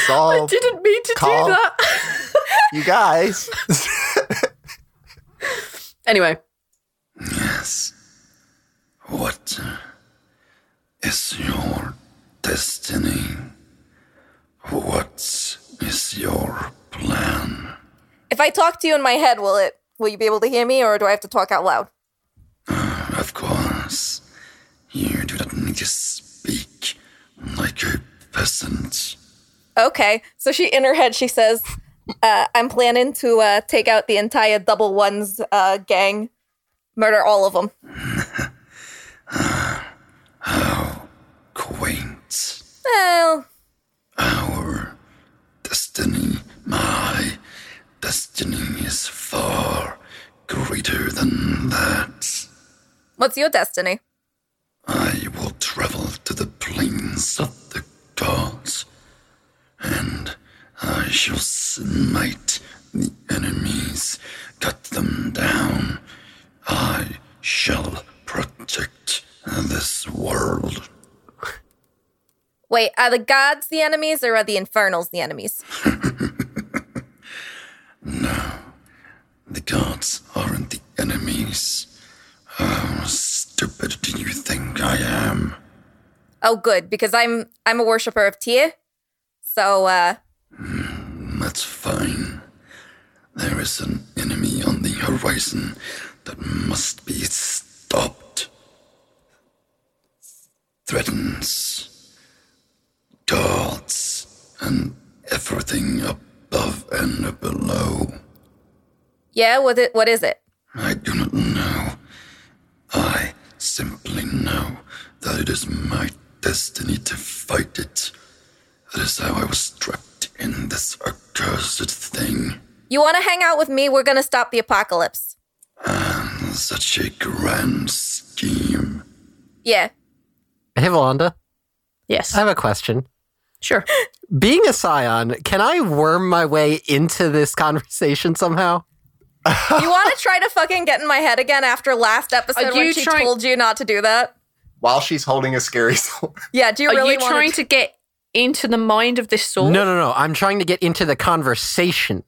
[SPEAKER 2] Zal,
[SPEAKER 1] didn't mean to
[SPEAKER 2] Call.
[SPEAKER 1] do that.
[SPEAKER 2] you guys.
[SPEAKER 1] anyway,
[SPEAKER 7] Yes. What uh, is your destiny? What is your plan?
[SPEAKER 4] If I talk to you in my head, will it? Will you be able to hear me, or do I have to talk out loud?
[SPEAKER 7] Of course, you do not need to speak like a peasant.
[SPEAKER 4] Okay. So she, in her head, she says, uh, "I'm planning to uh, take out the entire Double Ones uh, gang, murder all of them."
[SPEAKER 7] Quaint.
[SPEAKER 4] Well,
[SPEAKER 7] Our destiny, my destiny is far greater than that.
[SPEAKER 4] what's your destiny?
[SPEAKER 7] I will travel to the plains of the gods, and I shall smite the enemies, cut them down. I shall protect this world.
[SPEAKER 4] Wait, are the gods the enemies, or are the infernals the enemies?
[SPEAKER 7] The gods aren't the enemies. How stupid do you think I am?
[SPEAKER 4] Oh, good, because I'm I'm a worshipper of Tia. So, uh,
[SPEAKER 7] That's fine. There is an enemy on the horizon that must be stopped. Threatens gods and everything above and below.
[SPEAKER 4] yeah, what it, what is it?
[SPEAKER 7] I do not know. I simply know that it is my destiny to fight it. That is how I was trapped in this accursed thing.
[SPEAKER 4] You want to hang out with me? We're gonna stop the apocalypse.
[SPEAKER 7] Such a grand scheme.
[SPEAKER 4] Yeah.
[SPEAKER 3] Hey, Volanda,
[SPEAKER 1] yes.
[SPEAKER 3] I have a question.
[SPEAKER 1] sure.
[SPEAKER 3] Being a scion, can I worm my way into this conversation somehow?
[SPEAKER 4] You want to try to fucking get in my head again after last episode
[SPEAKER 1] Are
[SPEAKER 4] when
[SPEAKER 1] you
[SPEAKER 4] she
[SPEAKER 1] trying-
[SPEAKER 4] told you not to do that?
[SPEAKER 2] While she's holding a scary sword.
[SPEAKER 4] Yeah. Do you
[SPEAKER 1] Are
[SPEAKER 4] really
[SPEAKER 1] you
[SPEAKER 4] want
[SPEAKER 1] trying to get into the mind of this sword?
[SPEAKER 3] No, no, no. I'm trying to get into the conversation.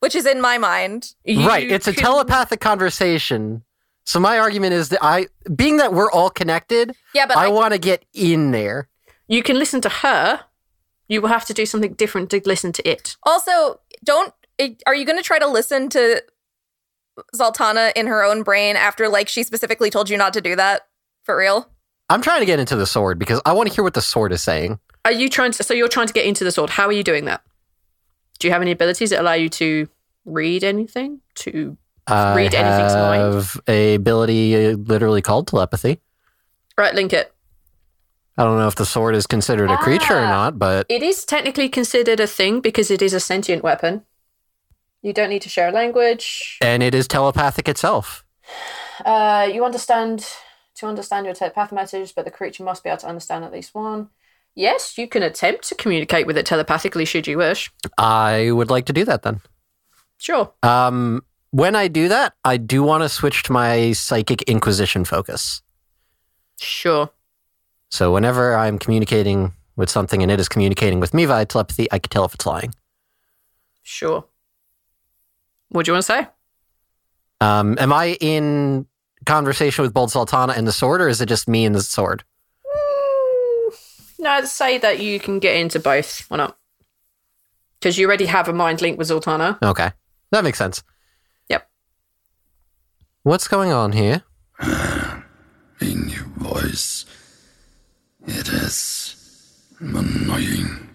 [SPEAKER 4] Which is in my mind.
[SPEAKER 1] You
[SPEAKER 3] right. It's a
[SPEAKER 1] can-
[SPEAKER 3] telepathic conversation. So my argument is that I, being that we're all connected,
[SPEAKER 4] Yeah, but
[SPEAKER 3] I
[SPEAKER 4] I-
[SPEAKER 3] want to get in there.
[SPEAKER 1] You can listen to her. You will have to do something different to listen to it.
[SPEAKER 4] Also, don't. eh, Are you going to try to listen to Zoltana in her own brain after like she specifically told you not to do that? For real?
[SPEAKER 3] I'm trying to get into the sword because I want to hear what the sword is saying.
[SPEAKER 1] Are you trying to? So you're trying to get into the sword. How are you doing that? Do you have any abilities that allow you to read anything? To
[SPEAKER 3] I
[SPEAKER 1] Read anything's mind.
[SPEAKER 3] have a ability uh, literally called telepathy.
[SPEAKER 1] right link it.
[SPEAKER 3] I don't know if the sword is considered a creature or
[SPEAKER 1] Ah.
[SPEAKER 3] not, but
[SPEAKER 1] It is technically considered a thing because it is a sentient weapon. You don't need to share a language.
[SPEAKER 3] and it is telepathic itself.
[SPEAKER 1] Uh, you understand to understand your telepath message, but the creature must be able to understand at least one. Yes, you can attempt to communicate with it telepathically should you wish.
[SPEAKER 3] I would like to do that then.
[SPEAKER 1] Sure.
[SPEAKER 3] Um, when I do that, I do want to switch to my psychic inquisition focus.
[SPEAKER 1] Sure.
[SPEAKER 3] So whenever I'm communicating with something and it is communicating with me via telepathy, I can tell if it's lying.
[SPEAKER 1] Sure. What do you want to say?
[SPEAKER 3] Um, am I in conversation with Bold Sultana and the sword, or is it just me and the sword?
[SPEAKER 1] No, I'd say that you can get into both. Why not? Because you already have a mind link with Zoltana.
[SPEAKER 3] Okay, that makes sense.
[SPEAKER 1] Yep.
[SPEAKER 3] What's going on here?
[SPEAKER 7] A new voice. It is annoying.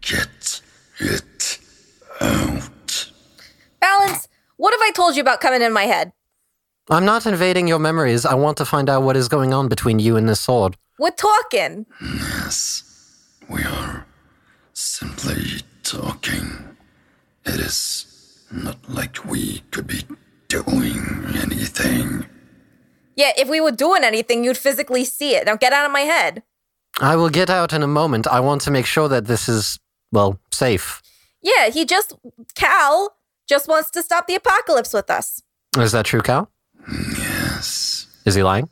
[SPEAKER 7] Get it out.
[SPEAKER 4] Balance, what have I told you about coming in my head?
[SPEAKER 3] I'm not invading your memories. I want to find out what is going on between you and the sword.
[SPEAKER 4] We're talking.
[SPEAKER 7] Yes, we are simply talking. It is not like we could be doing anything.
[SPEAKER 4] Yeah, if we were doing anything, you'd physically see it. Now get out of my head.
[SPEAKER 3] I will get out in a moment. I want to make sure that this is, well, safe.
[SPEAKER 4] Yeah, he just, Cal, just wants to stop the apocalypse with us.
[SPEAKER 3] Is that true, Cal?
[SPEAKER 7] Yes,
[SPEAKER 3] Is he lying?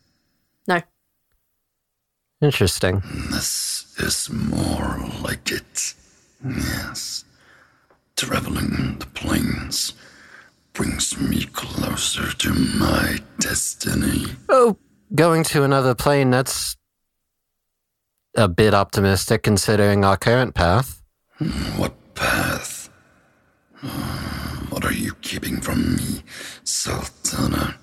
[SPEAKER 1] No.
[SPEAKER 3] Interesting.
[SPEAKER 7] this is more like it. Yes, traveling the plains brings me closer to my destiny.
[SPEAKER 3] Oh, going to another plane, that's a bit optimistic considering our current path.
[SPEAKER 7] What path? Uh, What are you keeping from me, Sultana?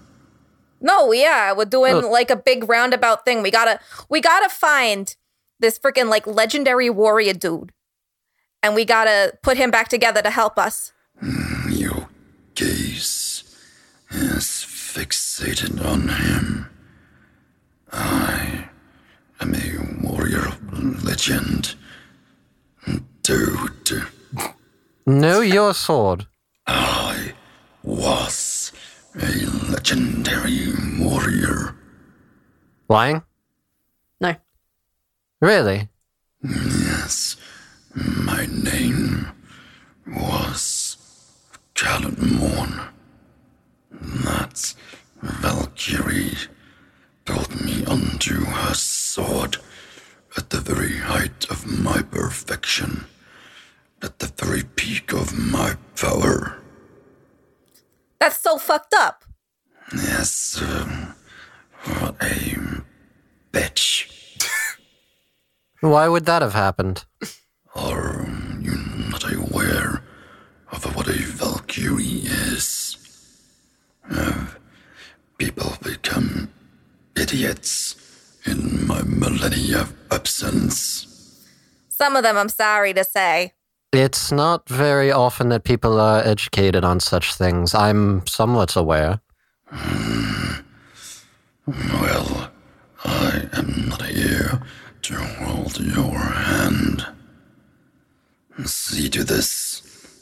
[SPEAKER 4] No, yeah, we're doing
[SPEAKER 3] Oh.
[SPEAKER 4] like a big roundabout thing. We gotta, we gotta find this freaking like legendary warrior dude, and we gotta put him back together to help us.
[SPEAKER 7] Your gaze is fixated on him. I am a warrior of legend. Dude,
[SPEAKER 3] No, your sword.
[SPEAKER 7] I was a legendary warrior.
[SPEAKER 3] Lying?
[SPEAKER 1] No.
[SPEAKER 3] Really?
[SPEAKER 7] Yes, my name was Callan Morn. That Valkyrie brought me unto her sword at the very height of my perfection, at the very peak of my power.
[SPEAKER 4] That's so fucked up.
[SPEAKER 7] Yes, um, what a bitch.
[SPEAKER 3] Why would that have happened?
[SPEAKER 7] Are you not aware of what a Valkyrie is? Have people become idiots in my millennia of absence?
[SPEAKER 4] Some of them, I'm sorry to say.
[SPEAKER 3] It's not very often that people are educated on such things. I'm somewhat aware.
[SPEAKER 7] Well, I am not here to hold your hand. See to this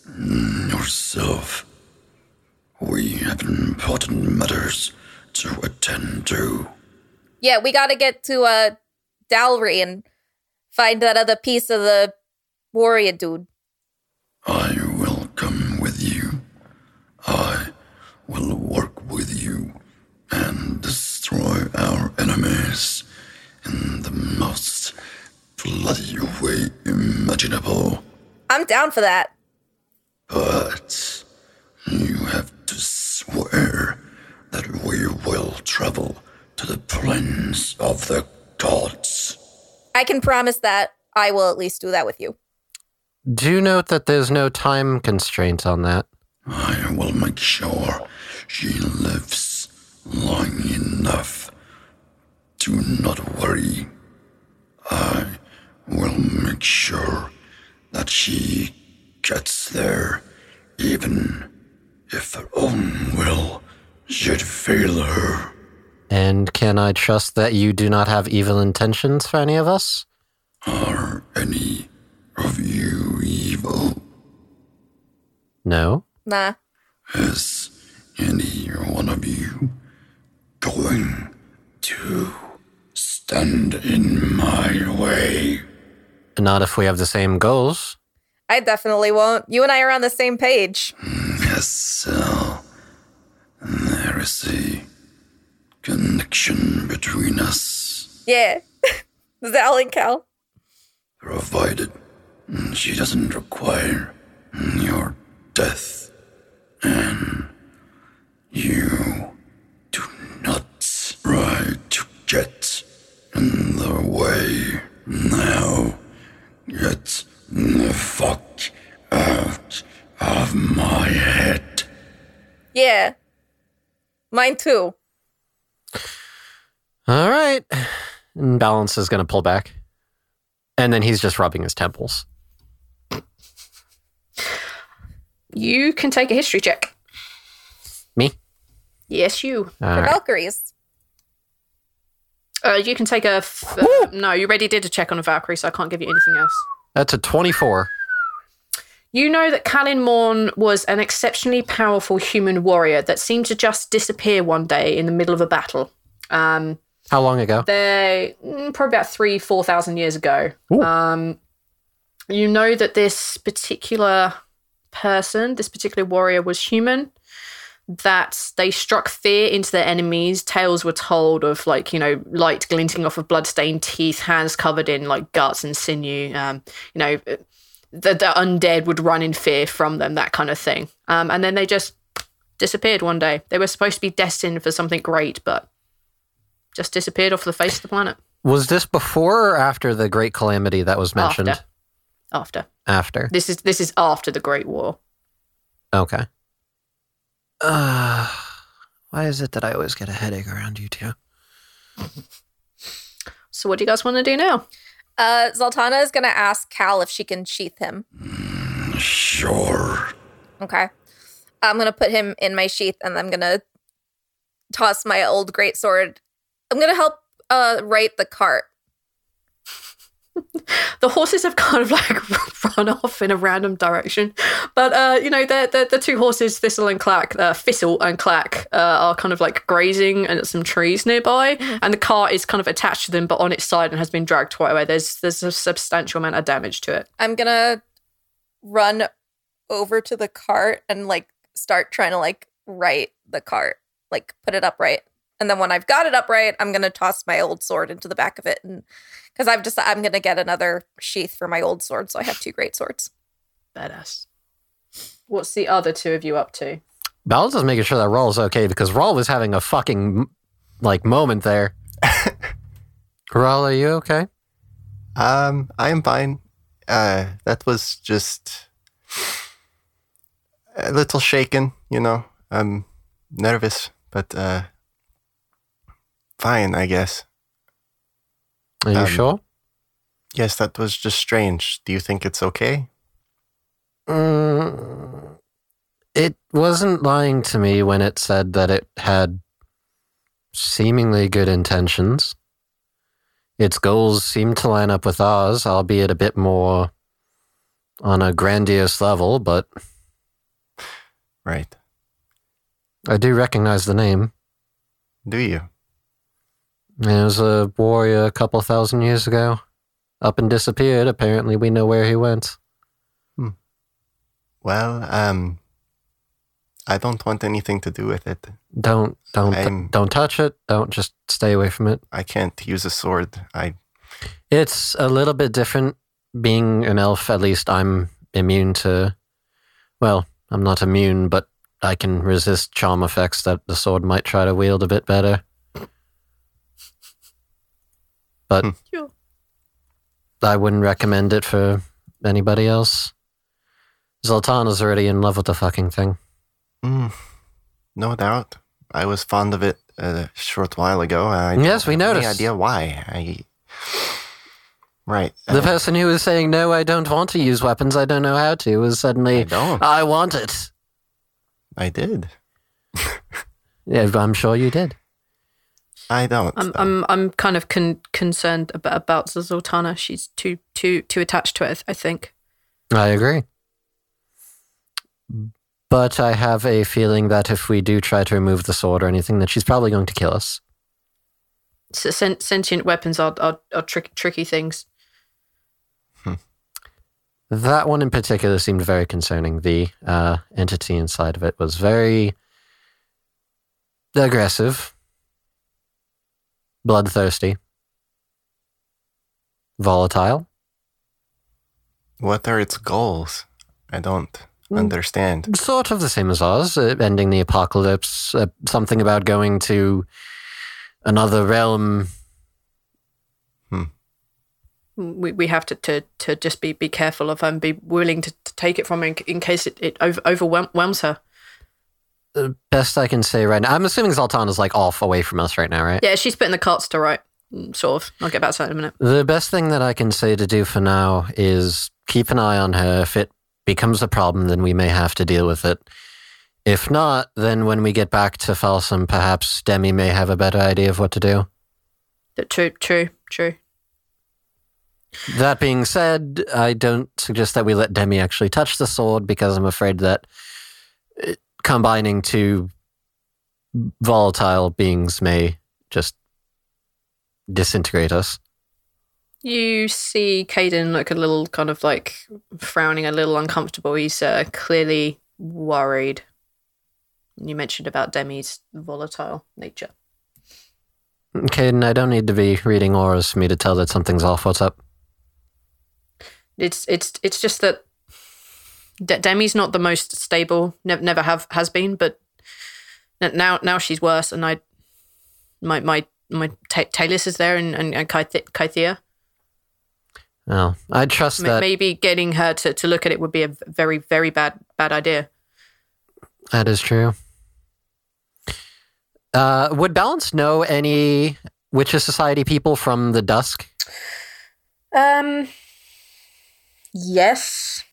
[SPEAKER 7] mm, yourself. We have important matters to attend to.
[SPEAKER 4] Yeah, we gotta get to uh, Dalry and find that other piece of the warrior dude.
[SPEAKER 7] I will come with you. I will work with you and destroy our enemies in the most bloody way imaginable.
[SPEAKER 4] I'm down for that.
[SPEAKER 7] But you have to swear that we will travel to the plains of the gods.
[SPEAKER 4] I can promise that I will at least do that with you.
[SPEAKER 3] Do note that there's no time constraint on that.
[SPEAKER 7] I will make sure she lives long enough. Do not worry. I will make sure that she gets there, even if her own will should fail her.
[SPEAKER 3] And can I trust that you do not have evil intentions for any of us?
[SPEAKER 7] Are any of you evil?
[SPEAKER 3] No.
[SPEAKER 4] Nah.
[SPEAKER 7] Is any one of you going to stand in my way?
[SPEAKER 3] Not if we have the same goals.
[SPEAKER 4] I definitely won't. You and I are on the same page.
[SPEAKER 7] Yes, so is a connection between us,
[SPEAKER 4] Yeah. Is that all in Cal?
[SPEAKER 7] provided mm, she doesn't require mm, your death. And you do not try to get in the way now. Get the fuck out of my head.
[SPEAKER 4] Yeah. Mine too.
[SPEAKER 3] All right. And Balance is going to pull back. And then he's just rubbing his temples.
[SPEAKER 1] You can take a history check.
[SPEAKER 3] Me?
[SPEAKER 1] Yes, you.
[SPEAKER 3] All
[SPEAKER 4] The
[SPEAKER 3] right.
[SPEAKER 4] Valkyries.
[SPEAKER 1] Uh, you can take a. F- uh, no, you already did a check on a Valkyrie, so I can't give you anything else.
[SPEAKER 3] That's a 24.
[SPEAKER 1] You know that Kalin Morn was an exceptionally powerful human warrior that seemed to just disappear one day in the middle of a battle. Um,
[SPEAKER 3] How long ago?
[SPEAKER 1] they mm, probably about three, four thousand years ago.
[SPEAKER 3] Ooh.
[SPEAKER 1] Um, you know that this particular person, this particular warrior, was human. That they struck fear into their enemies. Tales were told of like you know light glinting off of bloodstained teeth, hands covered in like guts and sinew. Um, you know that the undead would run in fear from them, that kind of thing. Um, and then they just disappeared one day. They were supposed to be destined for something great, but just disappeared off the face of the planet
[SPEAKER 3] Was this before or after the Great Calamity that was mentioned?
[SPEAKER 1] After. after.
[SPEAKER 3] After.
[SPEAKER 1] This is this is after the Great War.
[SPEAKER 3] Okay. Uh, why is it that I always get a headache around you two?
[SPEAKER 1] So what do you guys want to do now?
[SPEAKER 4] Uh, Zoltana is gonna ask Cal if she can sheath him.
[SPEAKER 7] Sure.
[SPEAKER 4] Okay. I'm gonna put him in my sheath and I'm gonna toss my old great sword. I'm gonna help uh right the cart.
[SPEAKER 1] The horses have kind of like run off in a random direction, but uh, you know the the, the two horses, Thistle and Clack, uh, Thistle and Clack, uh, are kind of like grazing and some trees nearby, and the cart is kind of attached to them, but on its side and has been dragged quite away. There's there's a substantial amount of damage to it.
[SPEAKER 4] I'm gonna run over to the cart and like start trying to like right the cart, like put it upright. And then when I've got it upright, I'm gonna toss my old sword into the back of it, and because I've just I'm gonna get another sheath for my old sword, so I have two great swords.
[SPEAKER 1] Badass. What's the other two of you up to?
[SPEAKER 3] Balance is making sure that Rawl is okay because Rawl was having a fucking like moment there. Rawl, are you okay?
[SPEAKER 2] Um, I am fine. Uh, that was just a little shaken, you know. I'm nervous, but uh, fine, I guess.
[SPEAKER 3] Are you
[SPEAKER 2] Um,
[SPEAKER 3] sure?
[SPEAKER 2] Yes, that was just strange. Do you think it's okay?
[SPEAKER 3] Mm, it wasn't lying to me when it said that it had seemingly good intentions. Its goals seem to line up with ours, albeit a bit more on a grandiose level, but
[SPEAKER 2] Right.
[SPEAKER 3] I do recognize the name.
[SPEAKER 2] Do you?
[SPEAKER 3] It was a warrior a couple thousand years ago. Up and disappeared. Apparently, we know where he went.
[SPEAKER 2] Well, um, I don't want anything to do with it.
[SPEAKER 3] Don't, don't,
[SPEAKER 2] I'm-
[SPEAKER 3] don't touch it. Don't just stay away from it.
[SPEAKER 2] I can't use a sword. I
[SPEAKER 3] It's a little bit different. Being an elf, at least I'm immune to. Well, I'm not immune, but I can resist charm effects that the sword might try to wield a bit better. But
[SPEAKER 2] Hmm.
[SPEAKER 1] Sure.
[SPEAKER 3] I wouldn't recommend it for anybody else. Zoltana's already in love with the fucking thing.
[SPEAKER 2] Mm, no doubt. I was fond of it a short while ago. I
[SPEAKER 3] Yes,
[SPEAKER 2] don't
[SPEAKER 3] we
[SPEAKER 2] have
[SPEAKER 3] noticed.
[SPEAKER 2] Any idea why? I right.
[SPEAKER 3] The
[SPEAKER 2] uh,
[SPEAKER 3] person who was saying, No, I don't want to use weapons, I don't know how to, was
[SPEAKER 2] I
[SPEAKER 3] suddenly,
[SPEAKER 2] don't.
[SPEAKER 3] I want it.
[SPEAKER 2] I did.
[SPEAKER 3] Yeah, I'm sure you did.
[SPEAKER 2] I don't.
[SPEAKER 1] I'm
[SPEAKER 2] though.
[SPEAKER 1] I'm I'm kind of con- concerned about about Zoltana. She's too too too attached to it. I think.
[SPEAKER 3] I agree. But I have a feeling that if we do try to remove the sword or anything, that she's probably going to kill us.
[SPEAKER 1] S- sen- sentient weapons are are, are trick- tricky things.
[SPEAKER 3] That one in particular seemed very concerning. The uh, entity inside of it was very aggressive, bloodthirsty, volatile.
[SPEAKER 2] What are its goals? I don't understand.
[SPEAKER 3] Sort of the same as ours, uh, ending the apocalypse, uh, something about going to another realm.
[SPEAKER 1] we, we have to, to, to just be, be careful of her and be willing to, to take it from her in, in case it, it over, overwhelms her.
[SPEAKER 3] Uh, Best I can say right now, I'm assuming Zoltana's like off away from us right now, right?
[SPEAKER 1] Yeah, she's putting the carts to right, mm, sort of. I'll get back to that in a minute.
[SPEAKER 3] The best thing that I can say to do for now is keep an eye on her. If it becomes a problem, then we may have to deal with it. If not, then when we get back to Falsum, perhaps Demi may have a better idea of what to do.
[SPEAKER 1] But True, true, true.
[SPEAKER 3] That being said, I don't suggest that we let Demi actually touch the sword because I'm afraid that uh, combining two volatile beings may just disintegrate us.
[SPEAKER 1] You see Caden look a little kind of like frowning, a little uncomfortable. He's uh, clearly worried. You mentioned about Demi's volatile nature.
[SPEAKER 3] Caden, I don't need to be reading auras for me to tell that something's off. What's up?
[SPEAKER 1] It's it's it's just that De- Demi's not the most stable. Ne- never have has been, but n- now now she's worse. And I, my my my ta Talus is there, and and, and Kyth- Kythea.
[SPEAKER 3] Well, I trust
[SPEAKER 1] M-
[SPEAKER 3] that.
[SPEAKER 1] Maybe getting her to, to look at it would be a v- very very bad bad idea.
[SPEAKER 3] That is true. Uh, would Balance know any Witches Society people from the Dusk?
[SPEAKER 1] Um. Yes.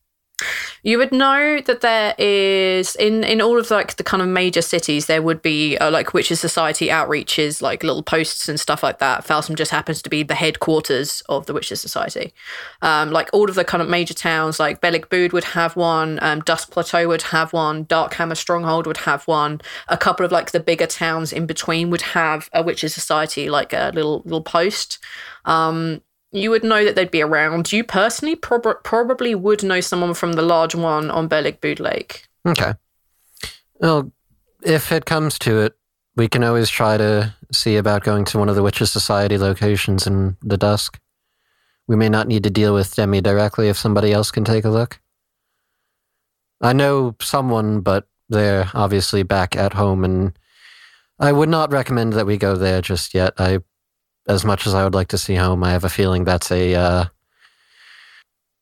[SPEAKER 1] You would know that there is in in all of like the kind of major cities there would be uh, like witches society outreaches like little posts and stuff like that. Falsum just happens to be the headquarters of the witches society. Um, like all of the kind of major towns like Bellic Bood would have one, um, Dusk Plateau would have one, Darkhammer Stronghold would have one. A couple of like the bigger towns in between would have a witches society like a little little post. Um, you would know that they'd be around. You personally prob- probably would know someone from the large one on Berlig Bood Lake.
[SPEAKER 3] Okay. Well, if it comes to it, we can always try to see about going to one of the Witches Society locations in the Dusk. We may not need to deal with Demi directly if somebody else can take a look. I know someone, but they're obviously back at home, and I would not recommend that we go there just yet. I, as much as I would like to see home, I have a feeling that's a uh,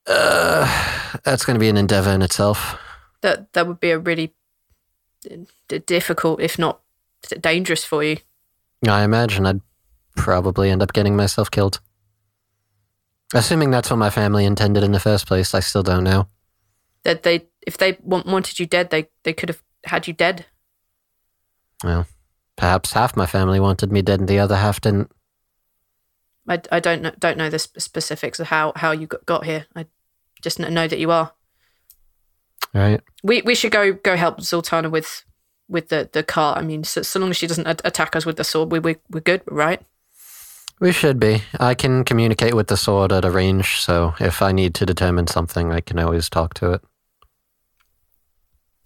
[SPEAKER 3] uh, that's going to be an endeavor in itself.
[SPEAKER 1] That that would be a really d- difficult, if not dangerous, for you.
[SPEAKER 3] I imagine I'd probably end up getting myself killed. Assuming that's what my family intended in the first place, I still don't know.
[SPEAKER 1] That they, if they want, wanted you dead, they they could have had you dead.
[SPEAKER 3] Perhaps half my family wanted me dead and the other half didn't.
[SPEAKER 1] I, I don't know don't know the sp- specifics of how how you got, got here. I just kn- know that you are.
[SPEAKER 3] Right?
[SPEAKER 1] We we should go go help Zoltana with with the the cart. I mean, so, so long as she doesn't a- attack us with the sword, we we we're good, right?
[SPEAKER 3] We should be. I can communicate with the sword at a range, so if I need to determine something, I can always talk to it.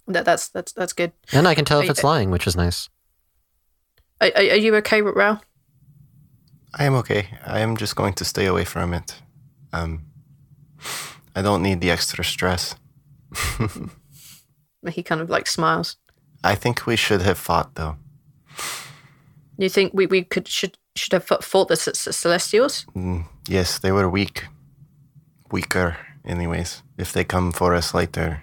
[SPEAKER 1] That that's that's that's good.
[SPEAKER 3] And I can tell if
[SPEAKER 1] Are-
[SPEAKER 3] it's lying, which is nice.
[SPEAKER 1] Are, are, are you okay, Rao?
[SPEAKER 2] I am okay. I am just going to stay away from it. Um, I don't need the extra stress.
[SPEAKER 1] He kind of like smiles.
[SPEAKER 2] I think we should have fought though.
[SPEAKER 1] You think we, we could should should have fought- fought the Ce- Ce- Celestials?
[SPEAKER 2] Mm, yes, they were weak. Weaker, anyways. If they come for us later,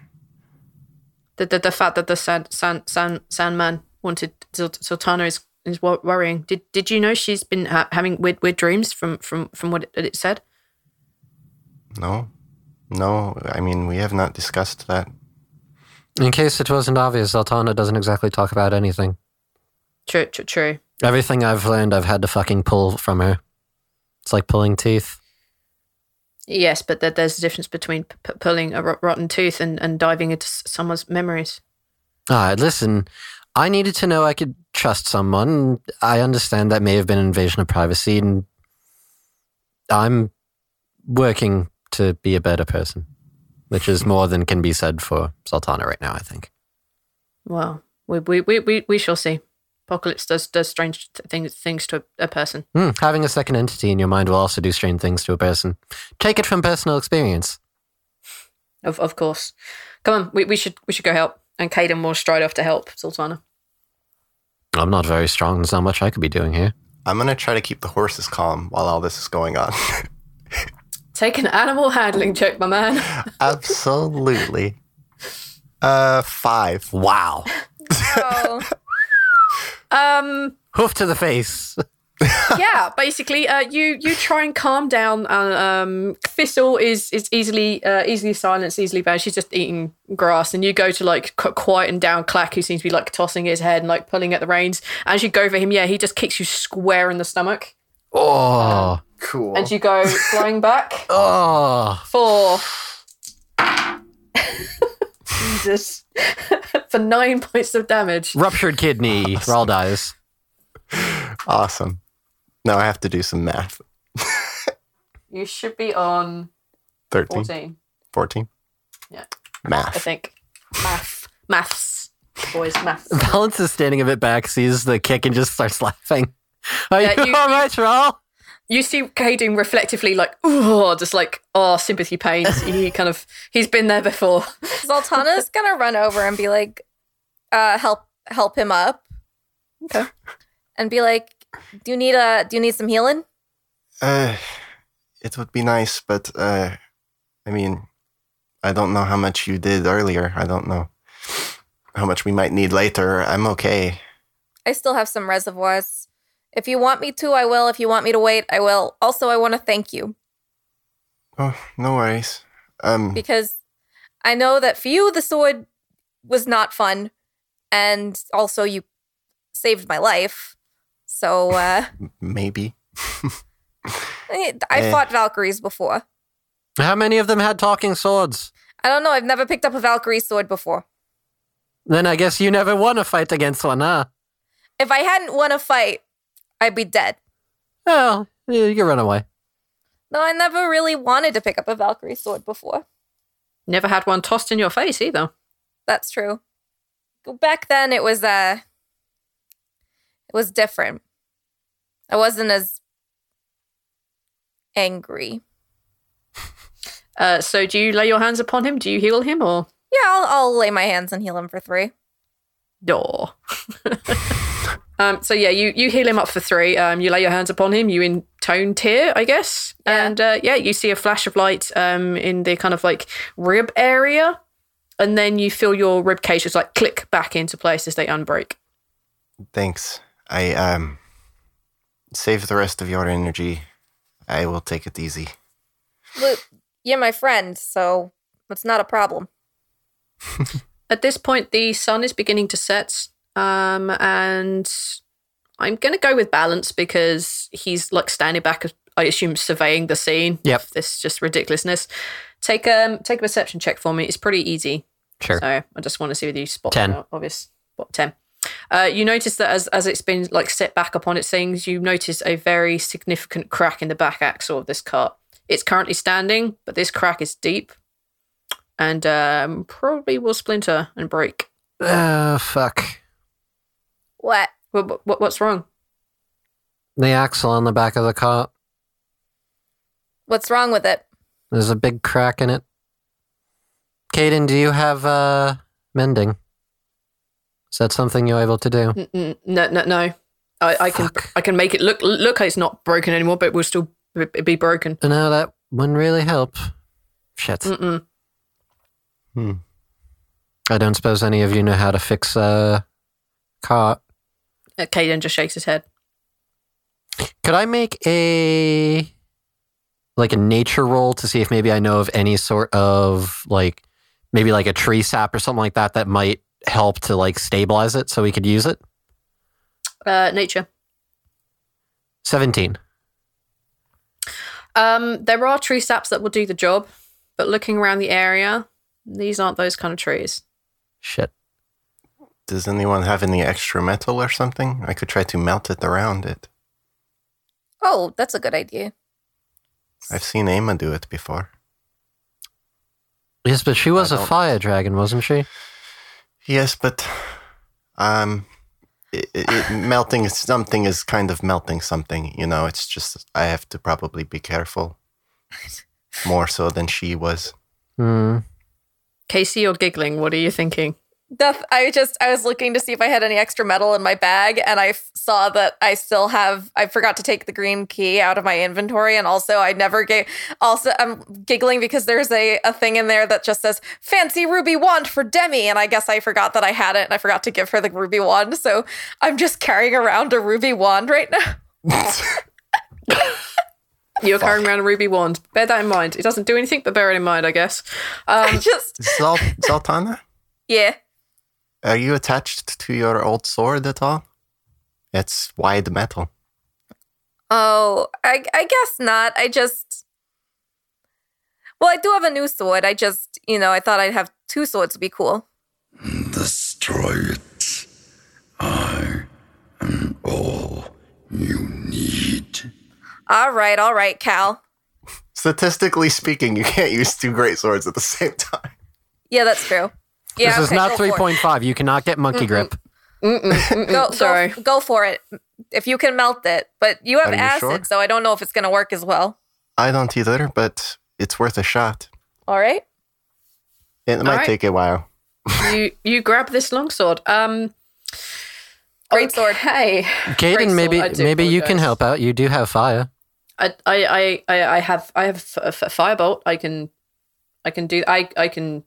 [SPEAKER 1] The, the the fact that the Sand Sand Sand Sandman wanted Zul- Sultana is is wor- worrying. Did did you know she's been ha- having weird weird dreams from from from what it, it said?
[SPEAKER 2] no, no. I mean, we have not discussed that.
[SPEAKER 3] In case it wasn't obvious, Zoltana doesn't exactly talk about anything.
[SPEAKER 1] True true true.
[SPEAKER 3] Everything I've learned, I've had to fucking pull from her. It's like pulling teeth.
[SPEAKER 1] Yes, but there, there's a difference between p- p- pulling a rot- rotten tooth and, and diving into s- someone's memories.
[SPEAKER 3] All right, Uh, listen. I needed to know I could trust someone. I understand that may have been an invasion of privacy, and I'm working to be a better person, which is more than can be said for Sultana right now, I think.
[SPEAKER 1] Well, we we we, we, we shall see. Po- Apocalypse does does strange th- things things to a, a person.
[SPEAKER 3] Hmm, having a second entity in your mind will also do strange things to a person. Take it from personal experience.
[SPEAKER 1] Of of course. Come on, we, we should we should go help. And Caden will stride off to help Sultana.
[SPEAKER 3] I'm not very strong. There's not much I could be doing here.
[SPEAKER 2] I'm gonna try to keep the horses calm while all this is going on.
[SPEAKER 1] Take an animal handling check, my man.
[SPEAKER 2] Absolutely. Uh, five.
[SPEAKER 3] Wow.
[SPEAKER 4] So,
[SPEAKER 1] Um,
[SPEAKER 3] Hoof to the face.
[SPEAKER 1] yeah, basically, uh, you you try and calm down. And um, Thistle is is easily uh, easily silenced, easily bad. She's just eating grass, and you go to like qu- quieten down Clack, who seems to be like tossing his head and like pulling at the reins. As you go for him, yeah, he just kicks you square in the stomach,
[SPEAKER 3] Oh.
[SPEAKER 2] Cool.
[SPEAKER 1] and you go flying back
[SPEAKER 3] Oh.
[SPEAKER 1] for Jesus for nine points of damage.
[SPEAKER 3] Ruptured kidney. Rawl dies.
[SPEAKER 2] awesome. Now I have to do some math.
[SPEAKER 1] You should be on
[SPEAKER 2] 13,
[SPEAKER 1] 14,
[SPEAKER 2] 14?
[SPEAKER 1] Yeah. I
[SPEAKER 2] Math.
[SPEAKER 1] think. Math, maths, boys, maths.
[SPEAKER 3] Balance is standing a bit back, sees the kick, and just starts laughing. Are
[SPEAKER 1] Yeah,
[SPEAKER 3] you,
[SPEAKER 1] you-
[SPEAKER 3] all right, Rawl?
[SPEAKER 1] you see Caden reflectively like, oh, just like, oh, sympathy pains. he kind of, he's been there before.
[SPEAKER 4] Zoltana's gonna run over and be like, uh, "Help, help him up."
[SPEAKER 1] Okay.
[SPEAKER 4] And be like, "Do you need a? Do you need some healing?"
[SPEAKER 2] Uh, it would be nice, but uh, I mean, I don't know how much you did earlier. I don't know how much we might need later. I'm okay.
[SPEAKER 4] I still have some reservoirs. If you want me to, I will. If you want me to wait, I will. Also, I want to thank you
[SPEAKER 2] Oh, no worries. Um,
[SPEAKER 4] because I know that for you, the sword was not fun, and also you saved my life. So uh,
[SPEAKER 2] maybe.
[SPEAKER 4] I I
[SPEAKER 2] Eh.
[SPEAKER 4] fought Valkyries before.
[SPEAKER 3] How many of them had talking swords?
[SPEAKER 4] I don't know. I've never picked up a Valkyrie sword before.
[SPEAKER 3] Then I guess you never won a fight against one, huh?
[SPEAKER 4] If I hadn't won a fight, I'd be dead.
[SPEAKER 3] Well, you you can run away.
[SPEAKER 4] No, I never really wanted to pick up a Valkyrie sword before.
[SPEAKER 1] Never had one tossed in your face either.
[SPEAKER 4] That's true. Back then, it was uh, it was different. I wasn't as angry.
[SPEAKER 1] Uh, so do you lay your hands upon him? Do you heal him or?
[SPEAKER 4] Yeah, I'll, I'll lay my hands and heal him for three.
[SPEAKER 1] No. um, so yeah, you, you heal him up for three. Um, you lay your hands upon him. You intone tear, I guess.
[SPEAKER 4] Yeah.
[SPEAKER 1] And uh, yeah, you see a flash of light um, in the kind of like rib area. And then you feel your rib cage just like click back into place as they unbreak.
[SPEAKER 2] Thanks. I um save the rest of your energy. I will take it easy.
[SPEAKER 4] Look, you're my friend, so it's not a problem.
[SPEAKER 1] At this point, the sun is beginning to set, um, and I'm going to go with balance because he's like standing back, I assume, surveying the scene.
[SPEAKER 3] Yep.
[SPEAKER 1] of This just ridiculousness. Take um take a perception check for me. It's pretty easy.
[SPEAKER 3] Sure.
[SPEAKER 1] So I just want to see whether you spot
[SPEAKER 3] 10.
[SPEAKER 1] uh, obvious spot ten. Uh, you notice that as as it's been like set back upon its things, you notice a very significant crack in the back axle of this cart. It's currently standing, but this crack is deep, and um, probably will splinter and break.
[SPEAKER 3] Uh, fuck.
[SPEAKER 4] What?
[SPEAKER 1] What, what what's wrong?
[SPEAKER 3] The axle on the back of the car.
[SPEAKER 4] What's wrong with it?
[SPEAKER 3] There's a big crack in it. Caden, do you have uh, mending? Is that something you're able to do?
[SPEAKER 1] N- n- No no no. I, I can
[SPEAKER 3] Fuck.
[SPEAKER 1] I can make it look look like it's not broken anymore, but it will still b- be broken.
[SPEAKER 3] No, that wouldn't really help. Shit.
[SPEAKER 1] Mm-mm.
[SPEAKER 3] I don't suppose any of you know how to fix a car.
[SPEAKER 1] Uh, Caden just shakes his head.
[SPEAKER 3] Could I make a like a nature roll to see if maybe I know of any sort of like maybe like a tree sap or something like that that might help to like stabilize it so we could use it?
[SPEAKER 1] Uh, nature.
[SPEAKER 3] 17.
[SPEAKER 1] Um, there are tree saps that will do the job, but looking around the area, these aren't those kind of trees.
[SPEAKER 3] Shit.
[SPEAKER 2] Does anyone have any extra metal or something? I could try to melt it around it.
[SPEAKER 4] Oh, that's a good idea.
[SPEAKER 2] I've seen Ama do it before.
[SPEAKER 3] Yes, but she was a
[SPEAKER 2] don't-
[SPEAKER 3] fire dragon, wasn't she?
[SPEAKER 2] Yes, but um it, it, it- melting something is kind of melting something. You know, it's just I have to probably be careful more so than she was.
[SPEAKER 3] Hmm.
[SPEAKER 1] Casey, you're giggling. What are you thinking?
[SPEAKER 4] Duff, I just I was looking to see if I had any extra metal in my bag, and I f- saw that I still have. I forgot to take the green key out of my inventory, and also I never gave. Also, I'm giggling because there's a a thing in there that just says "fancy ruby wand for Demi," and I guess I forgot that I had it, and I forgot to give her the ruby wand. So I'm just carrying around a ruby wand right now.
[SPEAKER 1] You're carrying around a ruby wand. Bear that in mind. It doesn't do anything, but bear it in mind, I guess.
[SPEAKER 4] I
[SPEAKER 1] Um,
[SPEAKER 4] just
[SPEAKER 2] Zal- Zoltana,
[SPEAKER 4] yeah.
[SPEAKER 2] are you attached to your old sword at all? It's wide metal.
[SPEAKER 4] Oh, I I guess not. I just Well, I do have a new sword. I just, you know, I thought I'd have two swords would be cool.
[SPEAKER 7] Destroy it. I am all you need.
[SPEAKER 4] All right, all right, Cal.
[SPEAKER 2] Statistically speaking, you can't use two great swords at the same time.
[SPEAKER 4] Yeah, that's true. Yeah,
[SPEAKER 3] this is
[SPEAKER 4] okay,
[SPEAKER 3] not
[SPEAKER 4] go for it.
[SPEAKER 3] three point five. You cannot get monkey grip.
[SPEAKER 1] mm-mm, mm-mm.
[SPEAKER 4] Go,
[SPEAKER 1] sorry.
[SPEAKER 4] go, go for it. If you can melt it, but you have
[SPEAKER 2] Are you
[SPEAKER 4] acid,
[SPEAKER 2] sure?
[SPEAKER 4] so I don't know if it's gonna work as well.
[SPEAKER 2] I don't either, but it's worth a shot.
[SPEAKER 4] All right.
[SPEAKER 2] It might
[SPEAKER 1] right.
[SPEAKER 2] take a while.
[SPEAKER 1] you you grab this longsword. Um,
[SPEAKER 4] Great sword.
[SPEAKER 1] Hey, Great
[SPEAKER 3] Caden,
[SPEAKER 1] sword,
[SPEAKER 3] maybe
[SPEAKER 1] I do
[SPEAKER 3] maybe you can
[SPEAKER 1] apologize.
[SPEAKER 3] help out. You do have fire.
[SPEAKER 1] I I I I have I have a f- a firebolt. I can I can do I I can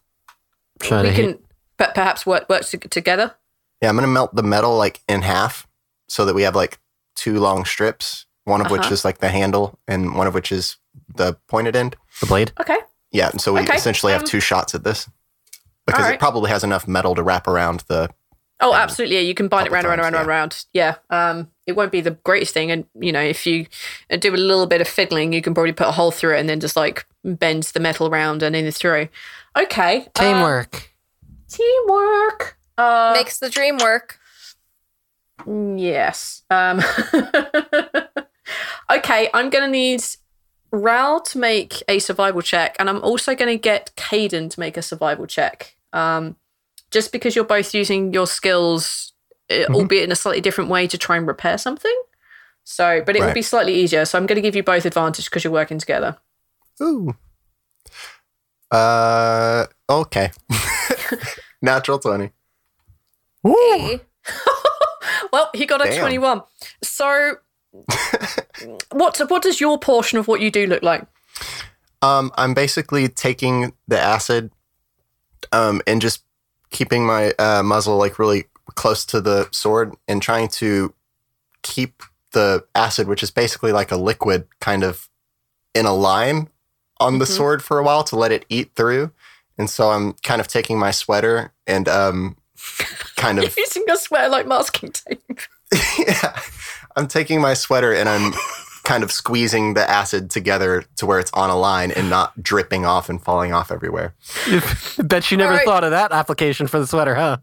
[SPEAKER 3] Try to
[SPEAKER 1] we
[SPEAKER 3] hit.
[SPEAKER 1] can pe- perhaps work work to- together.
[SPEAKER 2] Yeah, I'm gonna melt the metal like in half so that we have like two long strips, one of which
[SPEAKER 1] Uh-huh.
[SPEAKER 2] is like the handle and one of which is the pointed end.
[SPEAKER 3] the blade.
[SPEAKER 1] Okay.
[SPEAKER 2] Yeah, and so we
[SPEAKER 1] Okay,
[SPEAKER 2] essentially have
[SPEAKER 1] um,
[SPEAKER 2] two shots at this because
[SPEAKER 1] alright.
[SPEAKER 2] it probably has enough metal to wrap around the.
[SPEAKER 1] Oh,
[SPEAKER 2] Um,
[SPEAKER 1] absolutely. Yeah, you can bind it
[SPEAKER 2] couple
[SPEAKER 1] round, round, round,
[SPEAKER 2] times,
[SPEAKER 1] round, round. Yeah. Um, it won't be the greatest thing, and you know, if you uh, do a little bit of fiddling, you can probably put a hole through it and then just like bend the metal round and in through. Okay. uh,
[SPEAKER 3] Teamwork.
[SPEAKER 1] teamwork. Uh,
[SPEAKER 4] Makes the dream work.
[SPEAKER 1] Yes. Um, okay, I'm going to need Ral to make a survival check, and I'm also going to get Caden to make a survival check. Um, just because you're both using your skills, eh,
[SPEAKER 2] Mm-hmm.
[SPEAKER 1] albeit in a slightly different way, to try and repair something. So, but it will
[SPEAKER 2] Right.
[SPEAKER 1] be slightly easier. So, I'm going to give you both advantage because you're working together.
[SPEAKER 2] Ooh. Uh. Okay. Natural twenty.
[SPEAKER 4] Hey.
[SPEAKER 1] Well, he got a
[SPEAKER 2] Damn.
[SPEAKER 1] 21. So, what what does your portion of what you do look like?
[SPEAKER 2] Um, I'm basically taking the acid, um, and just keeping my uh, muzzle like really close to the sword and trying to keep the acid, which is basically like a liquid, kind of in a line on the
[SPEAKER 1] Mhm.
[SPEAKER 2] sword for a while to let it eat through. And so I'm kind of taking my sweater and um, kind
[SPEAKER 1] You're
[SPEAKER 2] of
[SPEAKER 1] using your sweater like masking tape.
[SPEAKER 2] yeah, I'm taking my sweater and I'm kind of squeezing the acid together to where it's on a line and not dripping off and falling off everywhere.
[SPEAKER 3] Bet you never
[SPEAKER 1] Alright.
[SPEAKER 3] thought of that application for the sweater, huh?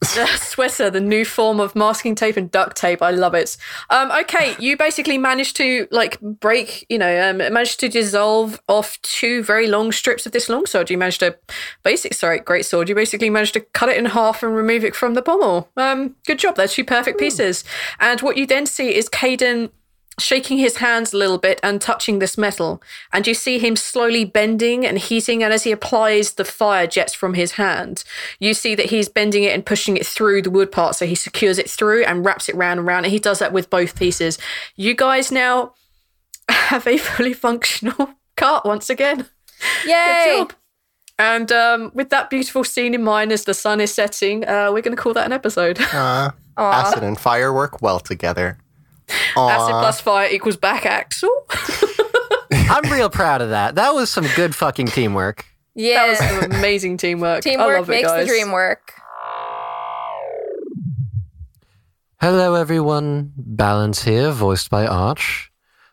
[SPEAKER 1] Sweater, the new form of masking tape and duct tape. I love it. Um, okay, you basically managed to like break, you know, um, managed to dissolve off two very long strips of this long sword. You managed to, basic, sorry, great sword. You basically managed to cut it in half and remove it from the pommel. Um, good job. They're two perfect pieces. And what you then see is Caden shaking his hands a little bit and touching this metal. And you see him slowly bending and heating. And as he applies the fire jets from his hand, you see that he's bending it and pushing it through the wood part. So he secures it through and wraps it round and round. And he does that with both pieces. You guys now have a fully functional cart once again. Good
[SPEAKER 4] Yay.
[SPEAKER 1] job. And um, with that beautiful scene in mind as the sun is setting, uh, we're going to call that an episode.
[SPEAKER 2] Uh,
[SPEAKER 4] Aw.
[SPEAKER 2] acid and fire work well together.
[SPEAKER 1] Acid
[SPEAKER 2] Aw.
[SPEAKER 1] plus fire equals back axle.
[SPEAKER 3] I'm real proud of that. That was some good fucking teamwork.
[SPEAKER 4] Yeah.
[SPEAKER 1] That was some amazing teamwork. I
[SPEAKER 4] Teamwork
[SPEAKER 1] love it,
[SPEAKER 4] makes the
[SPEAKER 1] guys.
[SPEAKER 4] dream work.
[SPEAKER 3] Hello, everyone. Balance here, voiced by Arch.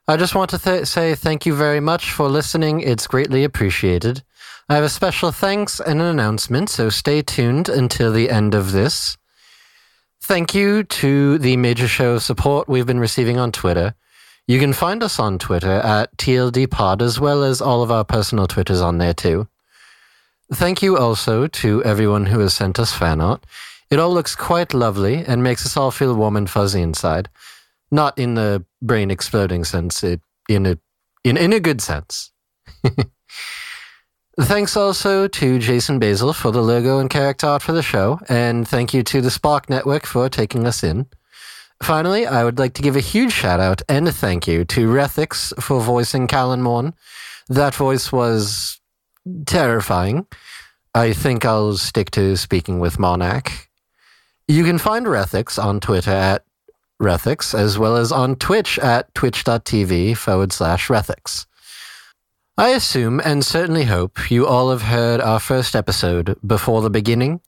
[SPEAKER 3] I just want to th- say thank you very much for listening. It's greatly appreciated. I have a special thanks and an announcement, so stay tuned until the end of this. Thank you to the major show support we've been receiving on Twitter. You can find us on Twitter at TLDpod, as well as all of our personal Twitters on there, too. Thank you also to everyone who has sent us fan art. It all looks quite lovely and makes us all feel warm and fuzzy inside. Not in the brain exploding sense, it, in, a, in, in a good sense. Thanks also to Jason Basil for the logo and character art for the show, and thank you to the Spark Network for taking us in. Finally, I would like to give a huge shout out and a thank you to Rethix for voicing Callan Morn. That voice was terrifying. I think I'll stick to speaking with Monarch. You can find Rethix on Twitter at Rethix, as well as on Twitch at twitch.tv forward slash Rethix. I assume and certainly hope you all have heard our first episode before the beginning.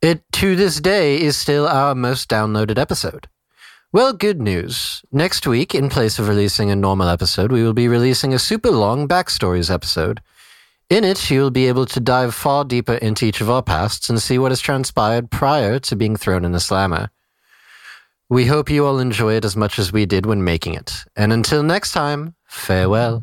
[SPEAKER 3] It, to this day, is still our most downloaded episode. Well, good news. Next week, in place of releasing a normal episode, we will be releasing a super long backstories episode. In it, you'll be able to dive far deeper into each of our pasts and see what has transpired prior to being thrown in the slammer. We hope you all enjoy it as much as we did when making it. And until next time, farewell.